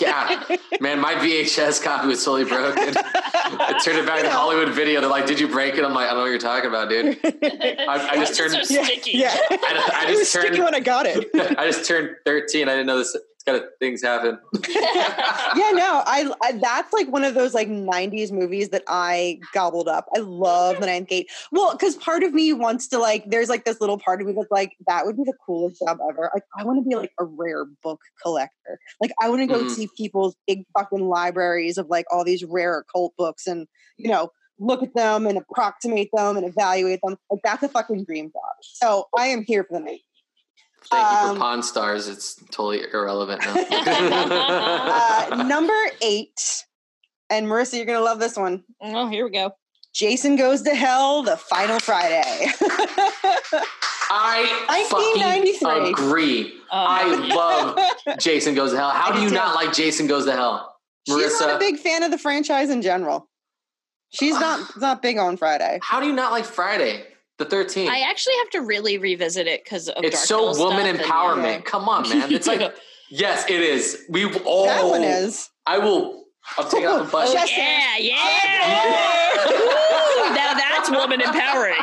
Speaker 8: yeah, man, my VHS copy was totally broken. I turned it back
Speaker 7: You
Speaker 8: to
Speaker 7: know.
Speaker 8: Hollywood Video. They're like, "Did you break it?" I'm like, "I don't know what you're talking about, dude." I, I
Speaker 9: It's
Speaker 8: just turned.
Speaker 9: so
Speaker 7: Yeah,
Speaker 9: sticky.
Speaker 7: Yeah.
Speaker 8: I
Speaker 7: it was
Speaker 8: just
Speaker 7: sticky
Speaker 8: turned-
Speaker 7: when I got it.
Speaker 8: I just turned 13. I didn't know this kind of things happen.
Speaker 7: yeah, no, I, I that's like one of those like '90s movies that I gobbled up. I love The Ninth Gate. Well, because part of me wants to like, there's like this little part of me that's like, that would be the coolest job ever. Like, I want to be like a rare book collector. Like, I want to go
Speaker 8: Mhm.
Speaker 7: see people's big fucking libraries of like all these rare occult books, and you know, look at them and approximate them and evaluate them. Like, that's a fucking dream job. So I am here for the night.
Speaker 8: Thank you
Speaker 7: Um,
Speaker 8: for Pawn Stars. It's totally irrelevant now.
Speaker 7: Uh, number eight, and Marissa, you're gonna love this one.
Speaker 10: Oh, here we
Speaker 9: Um,
Speaker 10: go.
Speaker 7: Jason Goes to Hell, the final Friday.
Speaker 8: I
Speaker 7: 1993.
Speaker 8: fucking agree.
Speaker 9: Oh,
Speaker 8: I love Jason Goes to Hell. How
Speaker 7: I
Speaker 8: do
Speaker 7: do
Speaker 8: you
Speaker 7: too.
Speaker 8: not like Jason Goes to Hell,
Speaker 7: She's not a
Speaker 8: Marissa?
Speaker 7: big fan of the franchise in general. She's not not big on Friday.
Speaker 8: How do you not like Friday the 13th?
Speaker 9: I actually have to really revisit it because of
Speaker 8: it's
Speaker 9: Dark
Speaker 8: so
Speaker 9: Knowles stuff
Speaker 8: woman
Speaker 9: and-
Speaker 8: empowerment.
Speaker 7: Yeah.
Speaker 8: Come on, man. It's like yes, it is. We all.
Speaker 7: That one is. Oh,
Speaker 8: I will. I'll take it out the budget.
Speaker 7: Yes.
Speaker 9: yeah, yeah.
Speaker 8: Yeah.
Speaker 9: Woo! Now that's woman empowering.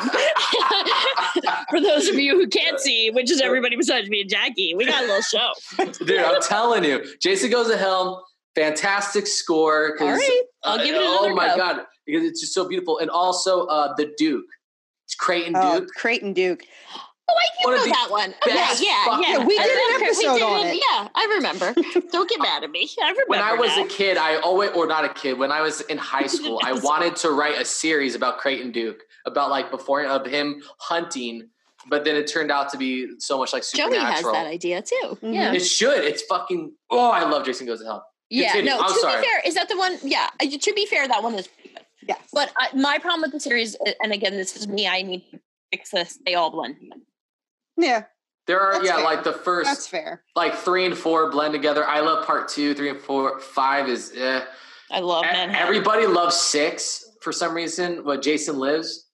Speaker 9: For those of you who can't see, which is everybody besides me and Jackie, we got a little show.
Speaker 8: Dude, I'm telling you, Jason Goes to Hell, fantastic score. 'cause-
Speaker 9: All right, I'll
Speaker 8: uh,
Speaker 9: give it another
Speaker 8: Oh my
Speaker 9: go.
Speaker 8: god, because it's just so beautiful, and also uh, the Duke, it's Creighton
Speaker 7: Oh,
Speaker 8: Duke.
Speaker 7: Creighton Duke.
Speaker 9: Oh,
Speaker 8: One
Speaker 9: I
Speaker 8: of
Speaker 9: do know
Speaker 8: the
Speaker 9: that one. Okay,
Speaker 8: best
Speaker 9: yeah,
Speaker 8: fucking-
Speaker 9: yeah.
Speaker 7: Yeah, we
Speaker 9: I
Speaker 7: did an
Speaker 9: remember-
Speaker 7: episode on it.
Speaker 9: Yeah, I remember. Don't get mad at me. I remember.
Speaker 8: When I was
Speaker 9: now.
Speaker 8: a kid, I always, or not a kid, when I was in high school, I wanted to write a series about Creighton Duke, about like before of him hunting, but then it turned out to be so much like
Speaker 9: Joey
Speaker 8: supernatural.
Speaker 9: has that idea too.
Speaker 7: Mhm.
Speaker 9: Yeah.
Speaker 8: It should. It's fucking. Oh, I love Jason Goes to Hell.
Speaker 9: Yeah,
Speaker 8: Continue.
Speaker 9: no.
Speaker 8: I'm
Speaker 9: to
Speaker 8: sorry.
Speaker 9: be fair, is that the one? Yeah. I- To be fair, that one is.
Speaker 7: Yes.
Speaker 9: But I, my problem with the series, and again, this is me. I need to fix this. They all blend.
Speaker 7: Yeah,
Speaker 8: There are
Speaker 7: That's
Speaker 8: yeah,
Speaker 7: fair.
Speaker 8: like the first
Speaker 7: that's fair.
Speaker 8: like three and four blend together. I love part two, three and four, five is eh.
Speaker 9: I love
Speaker 8: E-
Speaker 9: Manhattan.
Speaker 8: everybody loves six for some reason. What Jason lives,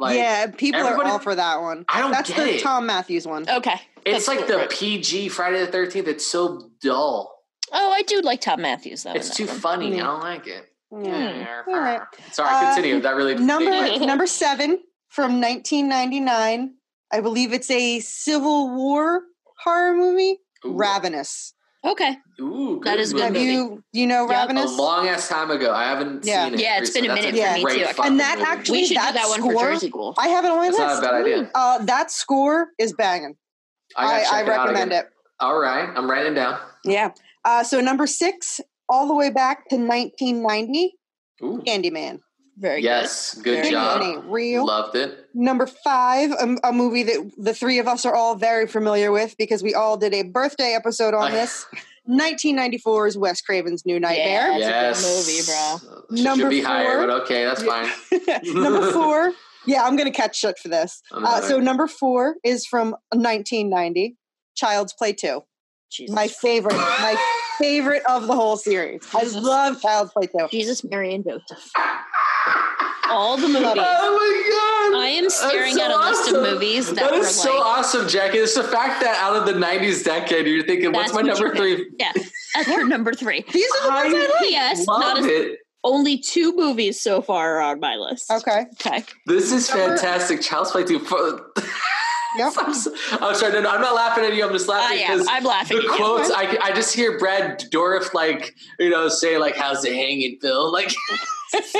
Speaker 8: like
Speaker 7: yeah, people are
Speaker 8: everybody-
Speaker 7: all for that one.
Speaker 8: I don't
Speaker 7: That's
Speaker 8: get
Speaker 7: the
Speaker 8: it.
Speaker 7: Tom Matthews
Speaker 8: e-,
Speaker 7: one.
Speaker 9: okay.
Speaker 8: it's
Speaker 9: That's
Speaker 8: like
Speaker 9: cool,
Speaker 8: the
Speaker 9: right?
Speaker 8: PG Friday the Thirteenth. It's so dull.
Speaker 9: Oh, I do like Tom Matthews though. in
Speaker 8: It's
Speaker 9: that
Speaker 8: too
Speaker 9: one.
Speaker 8: funny.
Speaker 7: Mm.
Speaker 8: I don't like it.
Speaker 7: Yeah. Hmm. right.
Speaker 8: Sorry,
Speaker 7: Uh,
Speaker 8: continue. That really
Speaker 7: Number number seven from 1999. I believe it's a Civil War horror movie.
Speaker 8: Ooh.
Speaker 7: Ravenous.
Speaker 9: Okay.
Speaker 8: Ooh,
Speaker 9: That is a good
Speaker 7: Have
Speaker 8: movie.
Speaker 9: movie.
Speaker 7: you you know
Speaker 9: Yep.
Speaker 8: A
Speaker 7: Ravenous?
Speaker 8: long ass time ago. I haven't
Speaker 7: Yeah.
Speaker 8: seen it.
Speaker 9: Yeah, it's been a
Speaker 8: recently. That's
Speaker 9: minute
Speaker 7: for
Speaker 8: a
Speaker 7: me,
Speaker 8: great
Speaker 9: too. I-
Speaker 8: fucking
Speaker 7: And that
Speaker 8: movie.
Speaker 7: actually-
Speaker 9: We should
Speaker 7: that
Speaker 9: do that one for
Speaker 7: score-
Speaker 9: Jersey Ghoul.
Speaker 7: I have it on my
Speaker 8: That's not a
Speaker 7: list.
Speaker 8: bad idea.
Speaker 7: Uh, that score is banging.
Speaker 8: gotta
Speaker 7: I,
Speaker 8: check
Speaker 7: I,
Speaker 8: it out
Speaker 7: recommend
Speaker 8: again.
Speaker 7: it.
Speaker 8: All right, I'm writing it down.
Speaker 7: Yeah. Uh, so number six, all the way back to 1990,
Speaker 8: Ooh.
Speaker 7: Candyman.
Speaker 9: Very
Speaker 8: yes, good,
Speaker 9: Very
Speaker 8: job.
Speaker 7: Candyman ain't real.
Speaker 8: Loved it.
Speaker 7: Number five, a, a movie that the three of us are all very familiar with because we all did a birthday episode on
Speaker 8: I-
Speaker 7: this. 1994's Wes Craven's New Nightmare.
Speaker 9: That's
Speaker 8: yes.
Speaker 9: a good
Speaker 8: movie, bro. Should,
Speaker 7: Number
Speaker 8: be higher,
Speaker 7: four.
Speaker 8: but okay, that's fine.
Speaker 7: number four, yeah, I'm going to catch shit for this. Uh,
Speaker 8: Another.
Speaker 7: so number four is from 1990, Child's Play 2.
Speaker 9: good. Jesus.
Speaker 7: My favorite, my favorite of the whole series. I
Speaker 9: Jesus.
Speaker 7: love Child's Play 2.
Speaker 9: Jesus, Mary, and Joseph. all the movies.
Speaker 8: Oh my god!
Speaker 11: I am staring
Speaker 8: That's
Speaker 11: at a
Speaker 8: so
Speaker 11: list of
Speaker 8: awesome.
Speaker 11: movies that,
Speaker 8: That
Speaker 11: were
Speaker 8: is so
Speaker 11: like
Speaker 8: awesome, Jackie. It's the fact that out of the '90s decade, you're thinking, "What's
Speaker 9: That's
Speaker 8: my
Speaker 9: what
Speaker 8: number
Speaker 9: you
Speaker 8: three?
Speaker 9: Yeah, that's your number three.
Speaker 7: These are the ones I, like.
Speaker 9: P.S. Not
Speaker 8: Love
Speaker 9: a,
Speaker 8: it.
Speaker 9: only two movies so far are on my list.
Speaker 7: Okay.
Speaker 9: Okay.
Speaker 8: This is
Speaker 7: Number-
Speaker 8: fantastic. Child's Play 2. For-
Speaker 7: Yep.
Speaker 8: I'm, so, I'm sorry. No, no, I'm not laughing at you. I'm just
Speaker 9: I
Speaker 8: laughing
Speaker 9: am.
Speaker 8: because
Speaker 9: I'm laughing.
Speaker 8: the
Speaker 9: at you.
Speaker 8: quotes. I, I just hear Brad Dorff like you know say like, "How's it hanging, Phil?" Like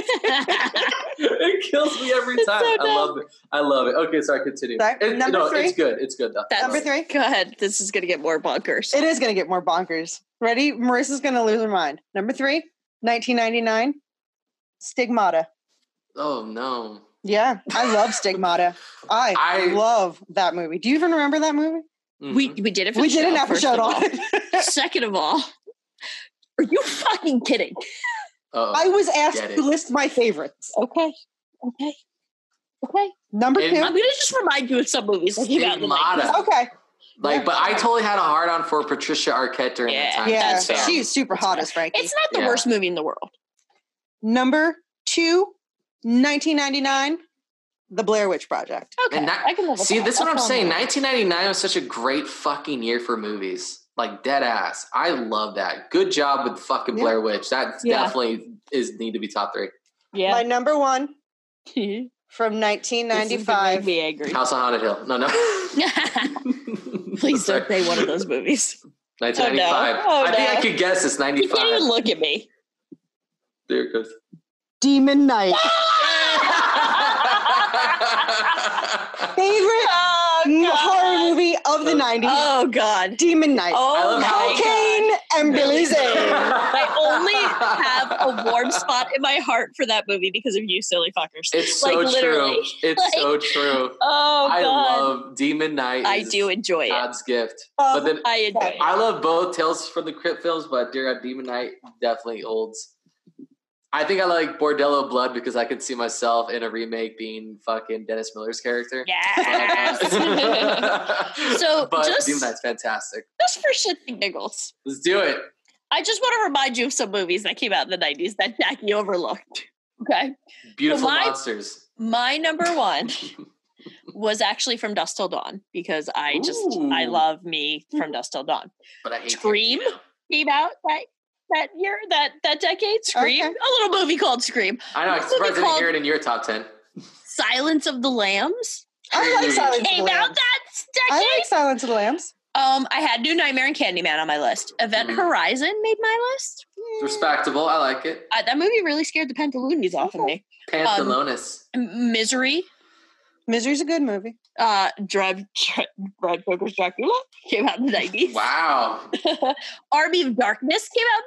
Speaker 8: it kills me every
Speaker 9: It's
Speaker 8: time.
Speaker 9: so
Speaker 8: I love it. I love it. Okay, sorry. Continue.
Speaker 7: Sorry,
Speaker 8: It-
Speaker 7: number
Speaker 8: no,
Speaker 7: three?
Speaker 8: it's good. It's good though.
Speaker 9: That's-
Speaker 7: Number three.
Speaker 9: Go ahead. This is going to get more bonkers.
Speaker 7: It is going to get more bonkers. Ready? Marissa's going to lose her mind. Number three, 1999, Stigmata.
Speaker 8: Oh no.
Speaker 7: Yeah, I love Stigmata. I,
Speaker 8: I-
Speaker 7: love that movie. Do you even remember that movie?
Speaker 8: Mhm.
Speaker 9: We we did it. For
Speaker 7: We
Speaker 9: show,
Speaker 7: did an
Speaker 9: first
Speaker 7: episode on
Speaker 9: of all.
Speaker 7: it.
Speaker 9: Second of all, are you fucking kidding?
Speaker 8: Uh-oh.
Speaker 7: I was
Speaker 8: Get
Speaker 7: asked
Speaker 8: it.
Speaker 7: to list my favorites.
Speaker 9: Okay. Okay. Okay.
Speaker 7: Number
Speaker 8: And-
Speaker 9: I'm
Speaker 7: two.
Speaker 9: going to just remind you of some movies that came out in the
Speaker 8: Stigmata.
Speaker 9: 90s.
Speaker 7: Okay.
Speaker 8: Like, but I totally had a hard on for Patricia Arquette during that
Speaker 9: Yeah,
Speaker 8: time.
Speaker 7: Yeah,
Speaker 9: that's fair.
Speaker 7: she's super hot as Frankie.
Speaker 9: It's not the
Speaker 8: Yeah.
Speaker 9: worst movie in the world.
Speaker 7: Number two, 1999, The Blair Witch Project.
Speaker 9: Okay.
Speaker 8: And that-
Speaker 9: I can live with
Speaker 8: See,
Speaker 9: that.
Speaker 8: this is what I'm
Speaker 9: That's all
Speaker 8: saying.
Speaker 9: right.
Speaker 8: 1999 was such a great fucking year for movies. Like dead ass. I love that. Good job with fucking
Speaker 7: Yeah.
Speaker 8: Blair Witch. That
Speaker 9: Yeah.
Speaker 8: definitely is need to be top three.
Speaker 7: My
Speaker 9: Yeah.
Speaker 7: number one from
Speaker 9: This is gonna
Speaker 7: 1995.
Speaker 9: Make me angry.
Speaker 8: House on Haunted Hill. No, no.
Speaker 9: Please
Speaker 8: Sorry.
Speaker 9: don't say one of those movies.
Speaker 8: 1995.
Speaker 9: Oh, no.
Speaker 8: I think
Speaker 9: Oh, no.
Speaker 8: I could guess it's
Speaker 9: You
Speaker 8: 95.
Speaker 9: can't even look at me.
Speaker 8: there it goes.
Speaker 7: Demon Knight. Favorite
Speaker 9: Oh,
Speaker 7: horror movie of the 90s.
Speaker 9: Oh God.
Speaker 7: Demon Knight.
Speaker 8: I
Speaker 9: Oh
Speaker 8: love how-
Speaker 9: my God.
Speaker 7: Cocaine and Billy Zane.
Speaker 9: I only have a warm spot in my heart for that movie because of you, silly fuckers.
Speaker 8: It's
Speaker 9: like
Speaker 8: so
Speaker 9: literally.
Speaker 8: true. It's
Speaker 9: Like,
Speaker 8: so true.
Speaker 9: Oh
Speaker 8: I
Speaker 9: God.
Speaker 8: love uh, Demon Knight.
Speaker 9: I
Speaker 8: is
Speaker 9: do enjoy it.
Speaker 8: God's gift.
Speaker 7: Oh,
Speaker 8: but then
Speaker 9: I enjoy it.
Speaker 8: I love both Tales from the Crypt films, but Dear God, Demon Knight definitely holds. I think I like Bordello Blood because I could see myself in a remake being fucking Dennis Miller's character.
Speaker 9: Yes. So
Speaker 8: but
Speaker 9: just-
Speaker 8: Demon Knight's fantastic.
Speaker 9: Just for shits and giggles.
Speaker 8: Let's do it.
Speaker 9: I just want to remind you of some movies that came out in the 90s that Jackie overlooked. Okay.
Speaker 8: Beautiful
Speaker 9: my-
Speaker 8: monsters.
Speaker 9: My number one was actually From Dust Till Dawn because I just, I
Speaker 8: Ooh.
Speaker 9: love me From Dust Till Dawn.
Speaker 8: But I hate
Speaker 9: Scream
Speaker 8: Tarantino.
Speaker 9: came out that, that year, that, that decade. Scream,
Speaker 7: Okay.
Speaker 9: a little movie called Scream.
Speaker 8: I know. I'm
Speaker 9: What's it
Speaker 8: surprised I didn't
Speaker 9: called?
Speaker 8: hear it in your top ten.
Speaker 9: Silence of the Lambs
Speaker 7: I like
Speaker 8: Ooh.
Speaker 7: Silence of the
Speaker 9: came out
Speaker 7: Lambs.
Speaker 9: that
Speaker 7: I
Speaker 9: decade.
Speaker 7: like Silence of the Lambs.
Speaker 9: um, I had New Nightmare and Candyman on my list. Event
Speaker 8: Mhm.
Speaker 9: Horizon made my list.
Speaker 8: It's respectable. I like it.
Speaker 9: Uh, that movie really scared the pantaloons off of me.
Speaker 8: Pantalones.
Speaker 9: M- Misery
Speaker 7: Misery's a good movie.
Speaker 9: uh Drab Brad Coker's Dracula came out in the 90s.
Speaker 8: wow.
Speaker 9: Army of Darkness came out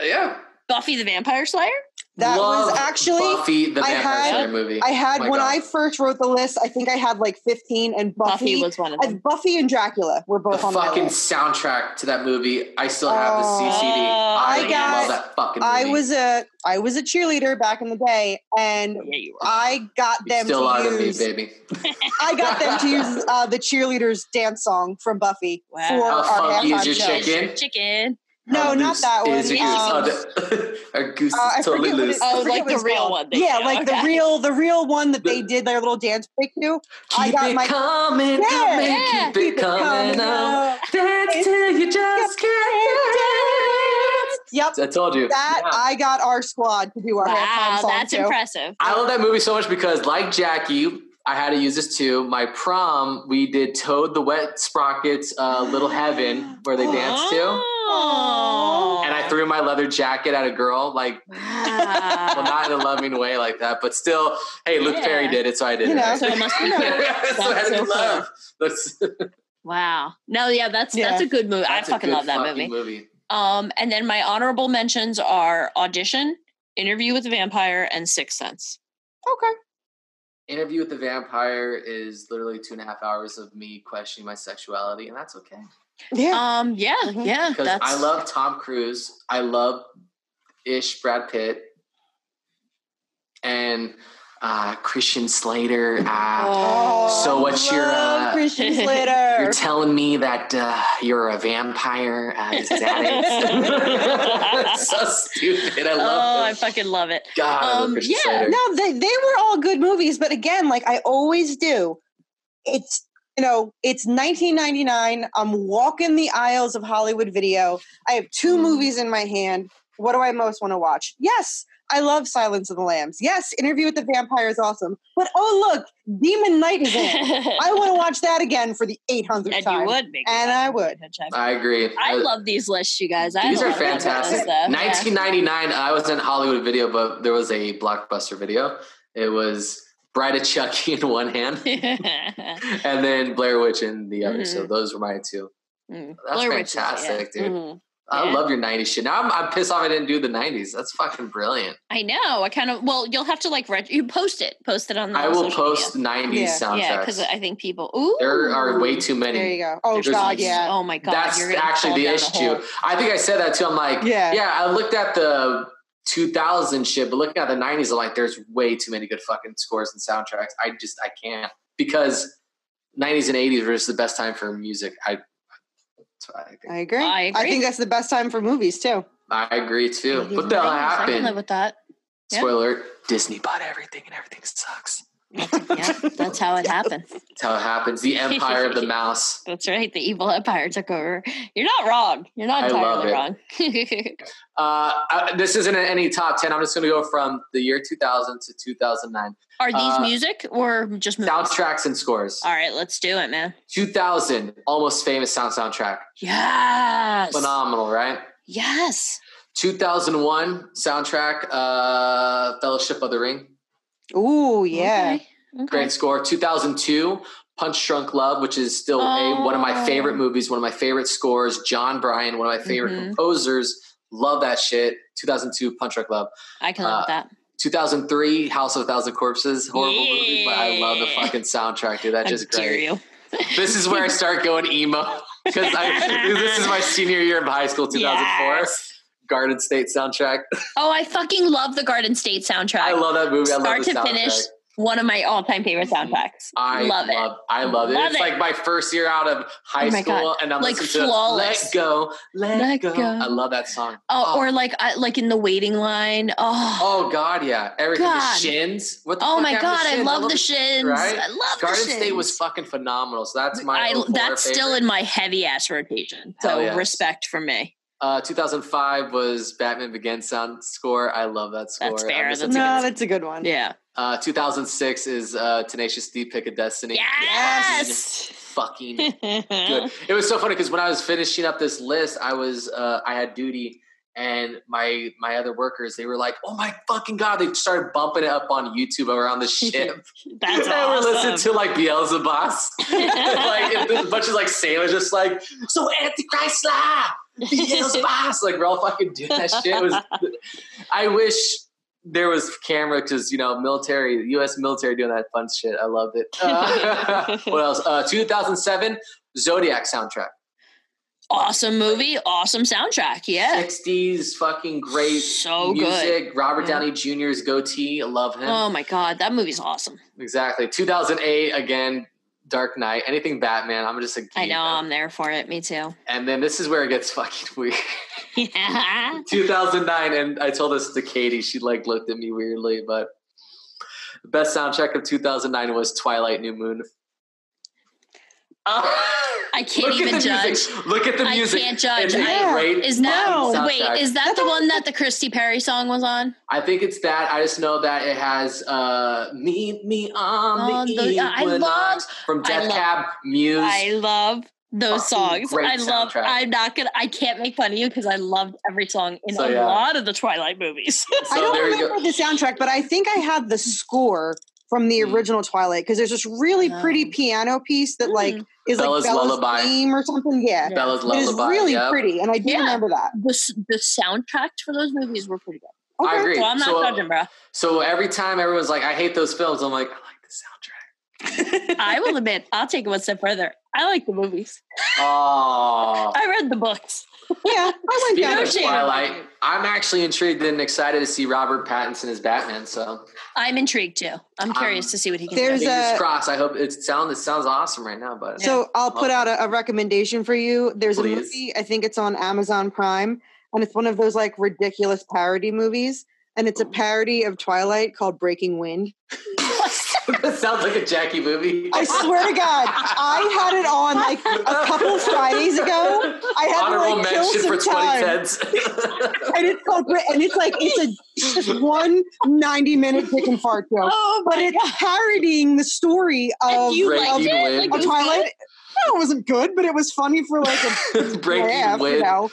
Speaker 9: in the 90s.
Speaker 8: Yeah.
Speaker 9: Buffy the Vampire Slayer.
Speaker 7: That
Speaker 8: Love
Speaker 7: was actually
Speaker 8: Buffy the
Speaker 7: I
Speaker 8: Vampire
Speaker 7: had-
Speaker 8: Slayer movie.
Speaker 7: I had
Speaker 8: Oh my
Speaker 7: when
Speaker 8: God.
Speaker 7: I first wrote the list. I think I had like 15, and
Speaker 9: Buffy,
Speaker 7: Buffy,
Speaker 9: was one of
Speaker 7: uh,
Speaker 9: them.
Speaker 7: Buffy and Dracula were
Speaker 8: the
Speaker 7: both on my
Speaker 8: fucking
Speaker 7: list.
Speaker 8: soundtrack to that movie. I still have the
Speaker 7: Oh.
Speaker 8: CCD.
Speaker 9: I
Speaker 8: I,
Speaker 7: got-
Speaker 8: love that fucking movie.
Speaker 7: I was a I was a cheerleader back in the day, and
Speaker 9: yeah, you were.
Speaker 7: I got
Speaker 8: You
Speaker 7: them
Speaker 8: still
Speaker 7: to
Speaker 8: are to me,
Speaker 7: use
Speaker 8: baby.
Speaker 7: I got them to use uh, the cheerleaders dance song from Buffy
Speaker 9: Wow.
Speaker 7: for
Speaker 9: How
Speaker 7: our
Speaker 8: funky is
Speaker 7: halftime
Speaker 8: your
Speaker 7: show.
Speaker 8: chicken?
Speaker 9: Chicken.
Speaker 7: No,
Speaker 8: Our
Speaker 7: not
Speaker 8: goose
Speaker 7: that one.
Speaker 8: Is a goose.
Speaker 7: Um,
Speaker 8: Oh, the- our goose
Speaker 7: Uh, I
Speaker 8: is totally
Speaker 7: forget what it-
Speaker 8: loose.
Speaker 7: I
Speaker 9: Oh,
Speaker 7: forget
Speaker 9: like
Speaker 7: what
Speaker 9: the
Speaker 7: it's
Speaker 9: real
Speaker 7: called.
Speaker 9: one they
Speaker 7: Yeah,
Speaker 9: do,
Speaker 7: like
Speaker 9: okay.
Speaker 7: the real the real one that they
Speaker 8: The-
Speaker 7: did their little dance break to. I
Speaker 8: keep
Speaker 7: got
Speaker 8: it
Speaker 7: my-
Speaker 8: coming,
Speaker 7: Yeah,
Speaker 8: coming,
Speaker 9: yeah,
Speaker 8: keep, it coming, up.
Speaker 7: up.
Speaker 8: Dance till you just can't
Speaker 7: Yep.
Speaker 8: dance. I told you.
Speaker 7: That
Speaker 8: Yeah.
Speaker 7: I got our squad to do our halftime
Speaker 9: Wow,
Speaker 7: song
Speaker 9: that's
Speaker 7: to.
Speaker 9: impressive.
Speaker 8: I love that movie so much because, like Jackie, I had to use this too. My prom, we did Toad the Wet Sprockets, uh, Little Heaven, where they danced to.
Speaker 9: Oh.
Speaker 8: And I threw my leather jacket at a girl, like, well,
Speaker 9: Wow.
Speaker 8: not in a loving way like that, but still, hey, Luke
Speaker 9: Yeah.
Speaker 8: Perry did it, so I did
Speaker 7: You know.
Speaker 8: it.
Speaker 9: so it must be
Speaker 8: so
Speaker 9: good.
Speaker 8: I had to
Speaker 9: so
Speaker 8: be loved. That's,
Speaker 9: Wow. No, yeah, that's
Speaker 7: Yeah.
Speaker 9: that's a good movie.
Speaker 8: that's
Speaker 9: I
Speaker 8: a
Speaker 9: fucking
Speaker 8: good
Speaker 9: love that
Speaker 8: fucking
Speaker 9: movie. Um, and then my honorable mentions are Audition, Interview with the Vampire, and Sixth Sense.
Speaker 7: Okay.
Speaker 8: Interview with the Vampire is literally two and a half hours of me questioning my sexuality, and that's okay.
Speaker 7: Yeah.
Speaker 9: Um, yeah,
Speaker 7: Mhm.
Speaker 9: yeah,
Speaker 8: because
Speaker 9: that's
Speaker 8: I love Tom Cruise. I love ish Brad Pitt and uh, Christian Slater. Uh,
Speaker 9: Oh, Um,
Speaker 8: so what's your,
Speaker 7: love
Speaker 8: uh,
Speaker 7: Christian
Speaker 8: You're
Speaker 7: Slater?
Speaker 8: telling me that uh, you're a vampire. Uh, is that it? so stupid. I
Speaker 9: oh,
Speaker 8: love
Speaker 9: I
Speaker 8: it.
Speaker 9: fucking love it.
Speaker 8: God, I love
Speaker 9: um,
Speaker 8: Christian
Speaker 9: yeah.
Speaker 8: Slater.
Speaker 7: No, they, they were all good movies, but again, like I always do, it's you know, it's 1999. I'm walking the aisles of Hollywood Video. I have two
Speaker 9: Mm.
Speaker 7: movies in my hand. What do I most want to watch? Yes, I love Silence of the Lambs. Yes, Interview with the Vampire is awesome. But oh look, Demon Knight is in. it. I want to watch that again for the 800th
Speaker 9: and
Speaker 7: time.
Speaker 9: you would make
Speaker 7: And I would.
Speaker 8: I agree.
Speaker 9: I
Speaker 8: Uh,
Speaker 9: love these lists, you guys. I
Speaker 8: These are
Speaker 9: love all this
Speaker 8: fantastic.
Speaker 9: stuff. Yeah.
Speaker 8: 1999, I was in Hollywood video, but there was a blockbuster video. It was Bride of Chucky in one hand and then Blair Witch in the other. So those were my two.
Speaker 9: Mm. Mm-hmm.
Speaker 8: That's
Speaker 9: Blair Witch is-
Speaker 8: fantastic,
Speaker 9: yeah.
Speaker 8: dude.
Speaker 9: Mhm.
Speaker 8: I
Speaker 9: Yeah.
Speaker 8: love your 90s shit. Now I'm, I'm pissed off I didn't do the 90s. That's fucking brilliant.
Speaker 9: I know. I kind of. Well, you'll have to like. Ret- you post it. Post it on. The
Speaker 8: I will
Speaker 9: Mm-hmm. social
Speaker 8: post 90s
Speaker 7: Yeah.
Speaker 9: media. Yeah, because
Speaker 8: soundtracks.
Speaker 9: I think people. Ooh,
Speaker 8: there are way too many.
Speaker 7: There you go. Oh
Speaker 8: There's just-
Speaker 7: god, yeah.
Speaker 9: Oh my god.
Speaker 8: That's
Speaker 9: you're gonna fall
Speaker 8: actually the
Speaker 9: down a
Speaker 8: issue.
Speaker 9: hole.
Speaker 8: I think I said that too. I'm like,
Speaker 7: Yeah.
Speaker 8: yeah, I looked at the 2000 shit, but looking at the 90s, I'm like, there's way too many good fucking scores and soundtracks. I just, I can't because 90s and 80s were just the best time for music. I, that's what I, think.
Speaker 7: I agree.
Speaker 9: I agree.
Speaker 7: think that's the best time for movies too.
Speaker 8: I agree too.
Speaker 9: Maybe
Speaker 8: What the hell
Speaker 9: nineties, I can live
Speaker 8: happened?
Speaker 9: with that. yeah.
Speaker 8: Spoiler: alert, Disney bought everything, and everything sucks.
Speaker 9: That's, yeah, that's how it happened.
Speaker 8: That's how it happens. The Empire of the Mouse.
Speaker 9: That's right. The evil empire took over. You're not wrong. You're not
Speaker 8: I love
Speaker 9: entirely
Speaker 8: it.
Speaker 9: wrong.
Speaker 8: Uh, I, this isn't any top ten. I'm just going to go from the year 2000 to 2009.
Speaker 9: are these
Speaker 8: Uh,
Speaker 9: music or just movies?
Speaker 8: Soundtracks and scores.
Speaker 9: Hmm. All right, let's do it, man.
Speaker 8: 2000, almost famous sound soundtrack.
Speaker 9: Yes.
Speaker 8: Phenomenal, right?
Speaker 9: Yes.
Speaker 8: 2001 soundtrack, uh, Fellowship of the Ring.
Speaker 7: Ooh, yeah.
Speaker 9: Okay. Okay.
Speaker 8: Great score. 2002, Punch Drunk Love, which is still a, one of my
Speaker 9: Oh.
Speaker 8: favorite movies, one of my favorite scores. John Bryan, one of my favorite
Speaker 9: Mhm.
Speaker 8: composers. Love that shit. 2002, Punch Drunk Love.
Speaker 9: I can live with
Speaker 8: Uh,
Speaker 9: that.
Speaker 8: 2003, House of a Thousand Corpses. Horrible movie, but I love the
Speaker 9: Yeah.
Speaker 8: fucking soundtrack, dude. That's
Speaker 9: How
Speaker 8: just
Speaker 9: dare
Speaker 8: great.
Speaker 9: you.
Speaker 8: This is where I start going emo. Because this is my senior year in high school, 2004.
Speaker 9: Yes.
Speaker 8: Garden State soundtrack.
Speaker 9: Oh, I fucking love the Garden State soundtrack.
Speaker 8: I love that movie. I
Speaker 9: Start
Speaker 8: love the
Speaker 9: to
Speaker 8: soundtrack.
Speaker 9: finish, one of my all-time favorite soundtracks.
Speaker 8: I
Speaker 9: love it.
Speaker 8: I love it.
Speaker 9: Love
Speaker 8: it's
Speaker 9: it.
Speaker 8: like my first year out of high
Speaker 9: Oh my
Speaker 8: school,
Speaker 9: God.
Speaker 8: and I'm
Speaker 9: Like,
Speaker 8: listening to
Speaker 9: flawless.
Speaker 8: "Let Go, Let,
Speaker 9: Let
Speaker 8: go.
Speaker 9: Go.
Speaker 8: I love that song.
Speaker 9: Oh, or like I, like in the waiting line. Oh,
Speaker 8: Oh God, yeah, everything. The
Speaker 9: God.
Speaker 8: Shins. What the
Speaker 9: oh,
Speaker 8: fuck
Speaker 9: my
Speaker 8: happened to
Speaker 9: god, I
Speaker 8: Shins?
Speaker 9: love the shins.
Speaker 8: right?
Speaker 9: I love
Speaker 8: Garden
Speaker 9: the shins.
Speaker 8: State was fucking phenomenal. So that's my.
Speaker 9: I,
Speaker 8: 04
Speaker 9: that's still
Speaker 8: favorite.
Speaker 9: in my heavy ass rotation. So
Speaker 8: Hell yes.
Speaker 9: respect for me.
Speaker 8: Uh, 2005 was Batman Begins sound score. I love that score.
Speaker 9: That's
Speaker 8: I'm
Speaker 9: fair.
Speaker 8: just-
Speaker 9: That's a
Speaker 7: No,
Speaker 9: good-
Speaker 7: that's a good one.
Speaker 9: yeah.
Speaker 8: Uh, 2006 is uh, Tenacious D. Pick a Destiny.
Speaker 9: Yes.
Speaker 8: Fucking good. It was so funny because when I was finishing up this list, I was uh, I had duty, and my my other workers they were like, "Oh my fucking god!" They started bumping it up on YouTube around the ship.
Speaker 9: That's
Speaker 8: and we're listening
Speaker 9: awesome.
Speaker 8: to like Beelzebub's. like it- a bunch of like sailors just like so Antichrist la Beelzebub's. like we're all fucking doing that shit. It was I wish. There was camera because you know military, U.S. military doing that fun shit. I loved it. Uh, what else? Uh, 2007 Zodiac soundtrack.
Speaker 9: awesome movie. Awesome soundtrack. Yeah.
Speaker 8: 60s fucking great
Speaker 9: So good. Mm-hmm.
Speaker 8: music. Robert
Speaker 9: Yeah.
Speaker 8: Downey Jr.'s goatee. I love him.
Speaker 9: Oh my god, that movie's awesome.
Speaker 8: exactly. 2008 again. Dark Knight. Anything Batman. I'm just a geek.
Speaker 9: I know. um, I'm there for it. Me too.
Speaker 8: And then this is where it gets fucking weird.
Speaker 9: Yeah.
Speaker 8: 2009, and I told this to Katie. She like looked at me weirdly, but best soundtrack of 2009 was Twilight New Moon.
Speaker 9: I can't
Speaker 8: Look
Speaker 9: even
Speaker 8: at the
Speaker 9: judge.
Speaker 8: music. Look at the
Speaker 9: I
Speaker 8: music.
Speaker 9: can't judge.
Speaker 8: It's a
Speaker 9: I-
Speaker 8: great
Speaker 9: Is that
Speaker 8: fucking soundtrack.
Speaker 9: wait? Is that the one that the Christy Perry song was on?
Speaker 8: I think it's that. I just know that it has uh "Meet Me on,
Speaker 9: On
Speaker 8: the,
Speaker 9: the- I love-
Speaker 8: Equinox" from
Speaker 9: I
Speaker 8: Death
Speaker 9: love-
Speaker 8: Cab, Muse.
Speaker 9: I love those
Speaker 8: Fucking
Speaker 9: songs.
Speaker 8: great
Speaker 9: I love.
Speaker 8: soundtrack.
Speaker 9: I'm not gonna. I can't make fun of you because I loved every song in
Speaker 8: So,
Speaker 9: a
Speaker 8: yeah.
Speaker 9: lot of the Twilight movies.
Speaker 8: so
Speaker 7: I don't
Speaker 8: there you
Speaker 7: remember
Speaker 8: go.
Speaker 7: the soundtrack, but I think I have the score from the
Speaker 8: Mm.
Speaker 7: original Twilight because there's this really pretty
Speaker 9: Oh.
Speaker 7: piano piece that like
Speaker 9: Mm.
Speaker 7: is
Speaker 8: Bella's
Speaker 7: like Bella's
Speaker 8: Lullaby.
Speaker 7: theme or something. Yeah,
Speaker 9: Yeah.
Speaker 8: Bella's
Speaker 7: but it's
Speaker 8: Lullaby.
Speaker 7: really
Speaker 8: yep.
Speaker 7: pretty, and I do
Speaker 9: Yeah.
Speaker 7: remember that.
Speaker 9: the s- the soundtracks for those movies were pretty good.
Speaker 8: I
Speaker 7: Okay.
Speaker 8: agree.
Speaker 9: So I'm not
Speaker 8: so, uh,
Speaker 9: judging, bro.
Speaker 8: so every time everyone's like, "I hate those films," I'm like, "I like the soundtrack."
Speaker 9: I will admit, I'll take it one step further. I like the movies.
Speaker 8: Oh,
Speaker 9: I read the books.
Speaker 7: Yeah, I went
Speaker 8: speaking
Speaker 7: down.
Speaker 8: of
Speaker 9: shame.
Speaker 8: Twilight, I'm actually intrigued and excited to see Robert Pattinson as Batman. So
Speaker 9: I'm intrigued too. I'm curious
Speaker 8: Um,
Speaker 9: to see what he can
Speaker 7: there's
Speaker 9: do.
Speaker 8: fingers
Speaker 7: a-
Speaker 8: crossed. I hope it sounds it sounds awesome right now, but
Speaker 7: So I'll put out a, a recommendation for you. There's
Speaker 8: Please.
Speaker 7: a movie. I think it's on Amazon Prime. and it's one of those like ridiculous parody movies. And it's a parody of Twilight called Breaking Wind.
Speaker 8: that sounds like a Jackie movie.
Speaker 7: I swear to God, I had it on like a couple of Fridays ago. I had
Speaker 8: Honorable
Speaker 7: to like kill some time.
Speaker 8: mention for 2010s.
Speaker 7: and it's called Brit- and it's like it's a it's just one 90 minute dick and fart joke
Speaker 10: Oh,
Speaker 7: but
Speaker 10: my
Speaker 7: it's
Speaker 10: God.
Speaker 7: parodying the story of,
Speaker 10: and you
Speaker 8: Breaking
Speaker 10: liked it?
Speaker 8: Wind.
Speaker 10: Like, it
Speaker 8: A
Speaker 7: of
Speaker 10: was
Speaker 7: twilight
Speaker 10: good?
Speaker 7: no it wasn't good but it was funny for like a
Speaker 8: Breaking
Speaker 7: laugh,
Speaker 8: Wind.
Speaker 7: you know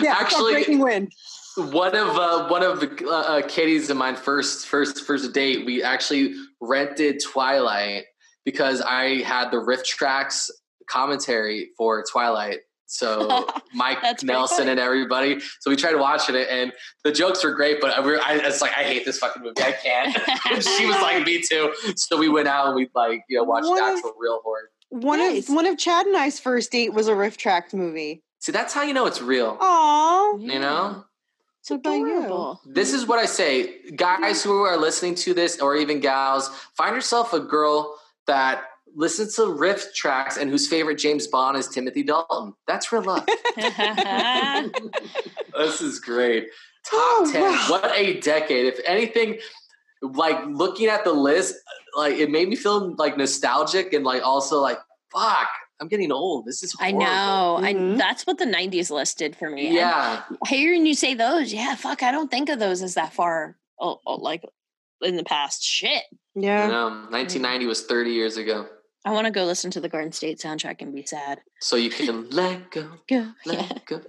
Speaker 7: yeah it's called
Speaker 8: Actually-
Speaker 7: breaking wind
Speaker 8: One of uh, one of the, uh, uh, Katie's and mine first first first date. We actually rented Twilight because I had the riff tracks commentary for Twilight. So Mike
Speaker 10: That's pretty
Speaker 8: Nelson
Speaker 10: funny.
Speaker 8: and everybody. So we tried watching it, and the jokes were great. But we were, I it's like I hate this fucking movie. I can't. And she was like, me too. So we went out and we like you know watched
Speaker 7: What
Speaker 8: actual real horror.
Speaker 7: one
Speaker 10: Nice.
Speaker 7: of one of chad and i's first date was a riff tracked movie
Speaker 8: See, that's how you know it's
Speaker 10: Oh,
Speaker 8: real.
Speaker 7: Aww.
Speaker 8: You know.
Speaker 10: it's
Speaker 7: What about you?
Speaker 10: adorable.
Speaker 8: This is what I say, guys who are listening to this, or even gals, find yourself a girl that listens to riff tracks and whose favorite James Bond is Timothy Dalton. That's real love. this is great. Top
Speaker 7: Oh,
Speaker 8: ten.
Speaker 7: wow.
Speaker 8: What a decade! If anything, like looking at the list, like it made me feel like nostalgic and like also like fuck, I'm getting old. This is
Speaker 10: I
Speaker 8: horrible.
Speaker 10: know. I,
Speaker 9: Mm-hmm.
Speaker 7: Mhm.
Speaker 10: that's what the 90s list did for me. And
Speaker 8: Yeah,
Speaker 10: hearing you say those, yeah, fuck, I don't think of those as that far, oh, oh, like in the past. Shit,
Speaker 8: I
Speaker 7: yeah
Speaker 8: know. 1990 was 30 years ago.
Speaker 10: I want to go listen to the Garden State soundtrack and be sad.
Speaker 8: So you can let go,
Speaker 10: Go. Yeah.
Speaker 8: let go.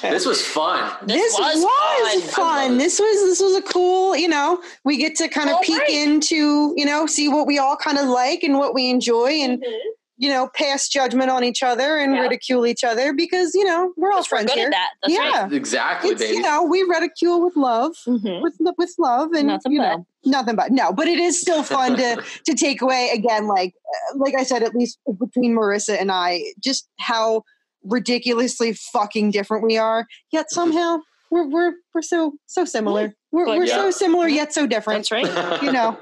Speaker 8: This was fun.
Speaker 10: This was
Speaker 8: fun.
Speaker 7: was
Speaker 8: I love it.
Speaker 7: This was this was a cool, you know, we get to kind of
Speaker 10: All
Speaker 7: peek
Speaker 10: right.
Speaker 7: into, you know, see what we all kind of like and what we enjoy and
Speaker 10: Mm-hmm.
Speaker 7: you know, pass judgment on each other and
Speaker 9: Yeah.
Speaker 7: ridicule each other because, you know, we're all
Speaker 9: 'Cause we're
Speaker 7: friends
Speaker 9: good
Speaker 7: here.
Speaker 9: at that. That's
Speaker 7: yeah.
Speaker 9: right.
Speaker 8: Exactly,
Speaker 7: It's
Speaker 8: baby.
Speaker 7: you know, we ridicule with love.
Speaker 10: Mm-hmm.
Speaker 9: Mhm.
Speaker 7: With lo- with love and
Speaker 10: Nothing
Speaker 7: you
Speaker 10: but.
Speaker 7: know, nothing but no, but it is still fun to to take away again, like uh, like I said, at least between Marissa and I, just how ridiculously fucking different we are. Yet somehow we're we're we're so so similar. We're
Speaker 9: But
Speaker 7: we're
Speaker 8: yeah.
Speaker 7: so similar yet so different.
Speaker 9: That's right.
Speaker 7: You know.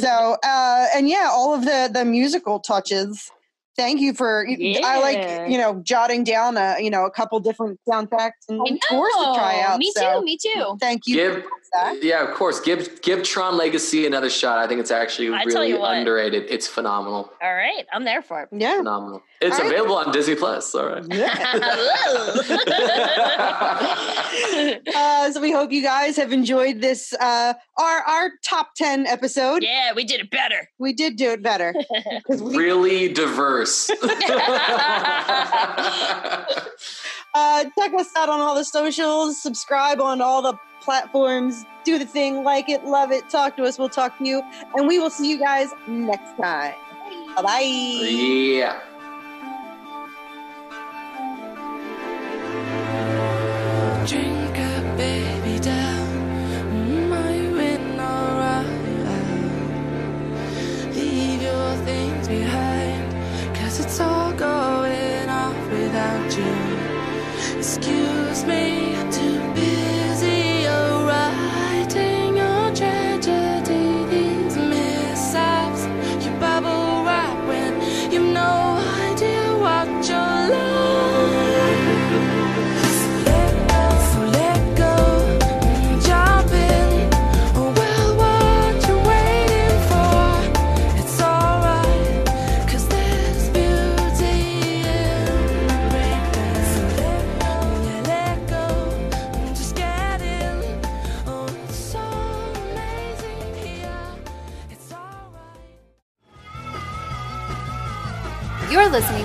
Speaker 7: so uh, and yeah, all of the the musical touches. Thank you for I
Speaker 9: Yeah.
Speaker 7: like you know jotting down a you know a couple different soundtracks and
Speaker 10: I
Speaker 7: tours to try
Speaker 10: know.
Speaker 7: out.
Speaker 10: Me
Speaker 7: so
Speaker 10: too. Me too.
Speaker 7: Thank you.
Speaker 8: give,
Speaker 7: that.
Speaker 8: yeah, of course. Give give Tron Legacy another shot. I think it's actually
Speaker 9: I tell
Speaker 8: really
Speaker 9: you what.
Speaker 8: underrated. It's phenomenal,
Speaker 9: All right, I'm there for it.
Speaker 7: Yeah.
Speaker 8: phenomenal. It's
Speaker 7: All right.
Speaker 8: available on Disney Plus. All right.
Speaker 7: Uh, so we hope you guys have enjoyed this uh, our our top ten episode.
Speaker 9: yeah, we did it better.
Speaker 7: We did do it better. 'Cause we-
Speaker 8: really diverse.
Speaker 7: uh, check us out on all the socials. Subscribe on all the platforms. Do the thing. Like it. Love it. Talk to us. We'll talk to you. And we will see you guys next time. Bye bye.
Speaker 8: yeah.
Speaker 12: Drink a baby down. Mm, are you in alright? Leave your things behind. Cause it's all going off without you. Excuse me, I'm too busy oh, writing your tragedy. These mishaps, you bubble wrap when you've no idea what your life so let go, jump in. Oh well, what you waiting for? It's alright, 'cause there's beauty in breakdance. So let, let go, just get in. Oh, it's so amazing here. It's alright.
Speaker 13: You're listening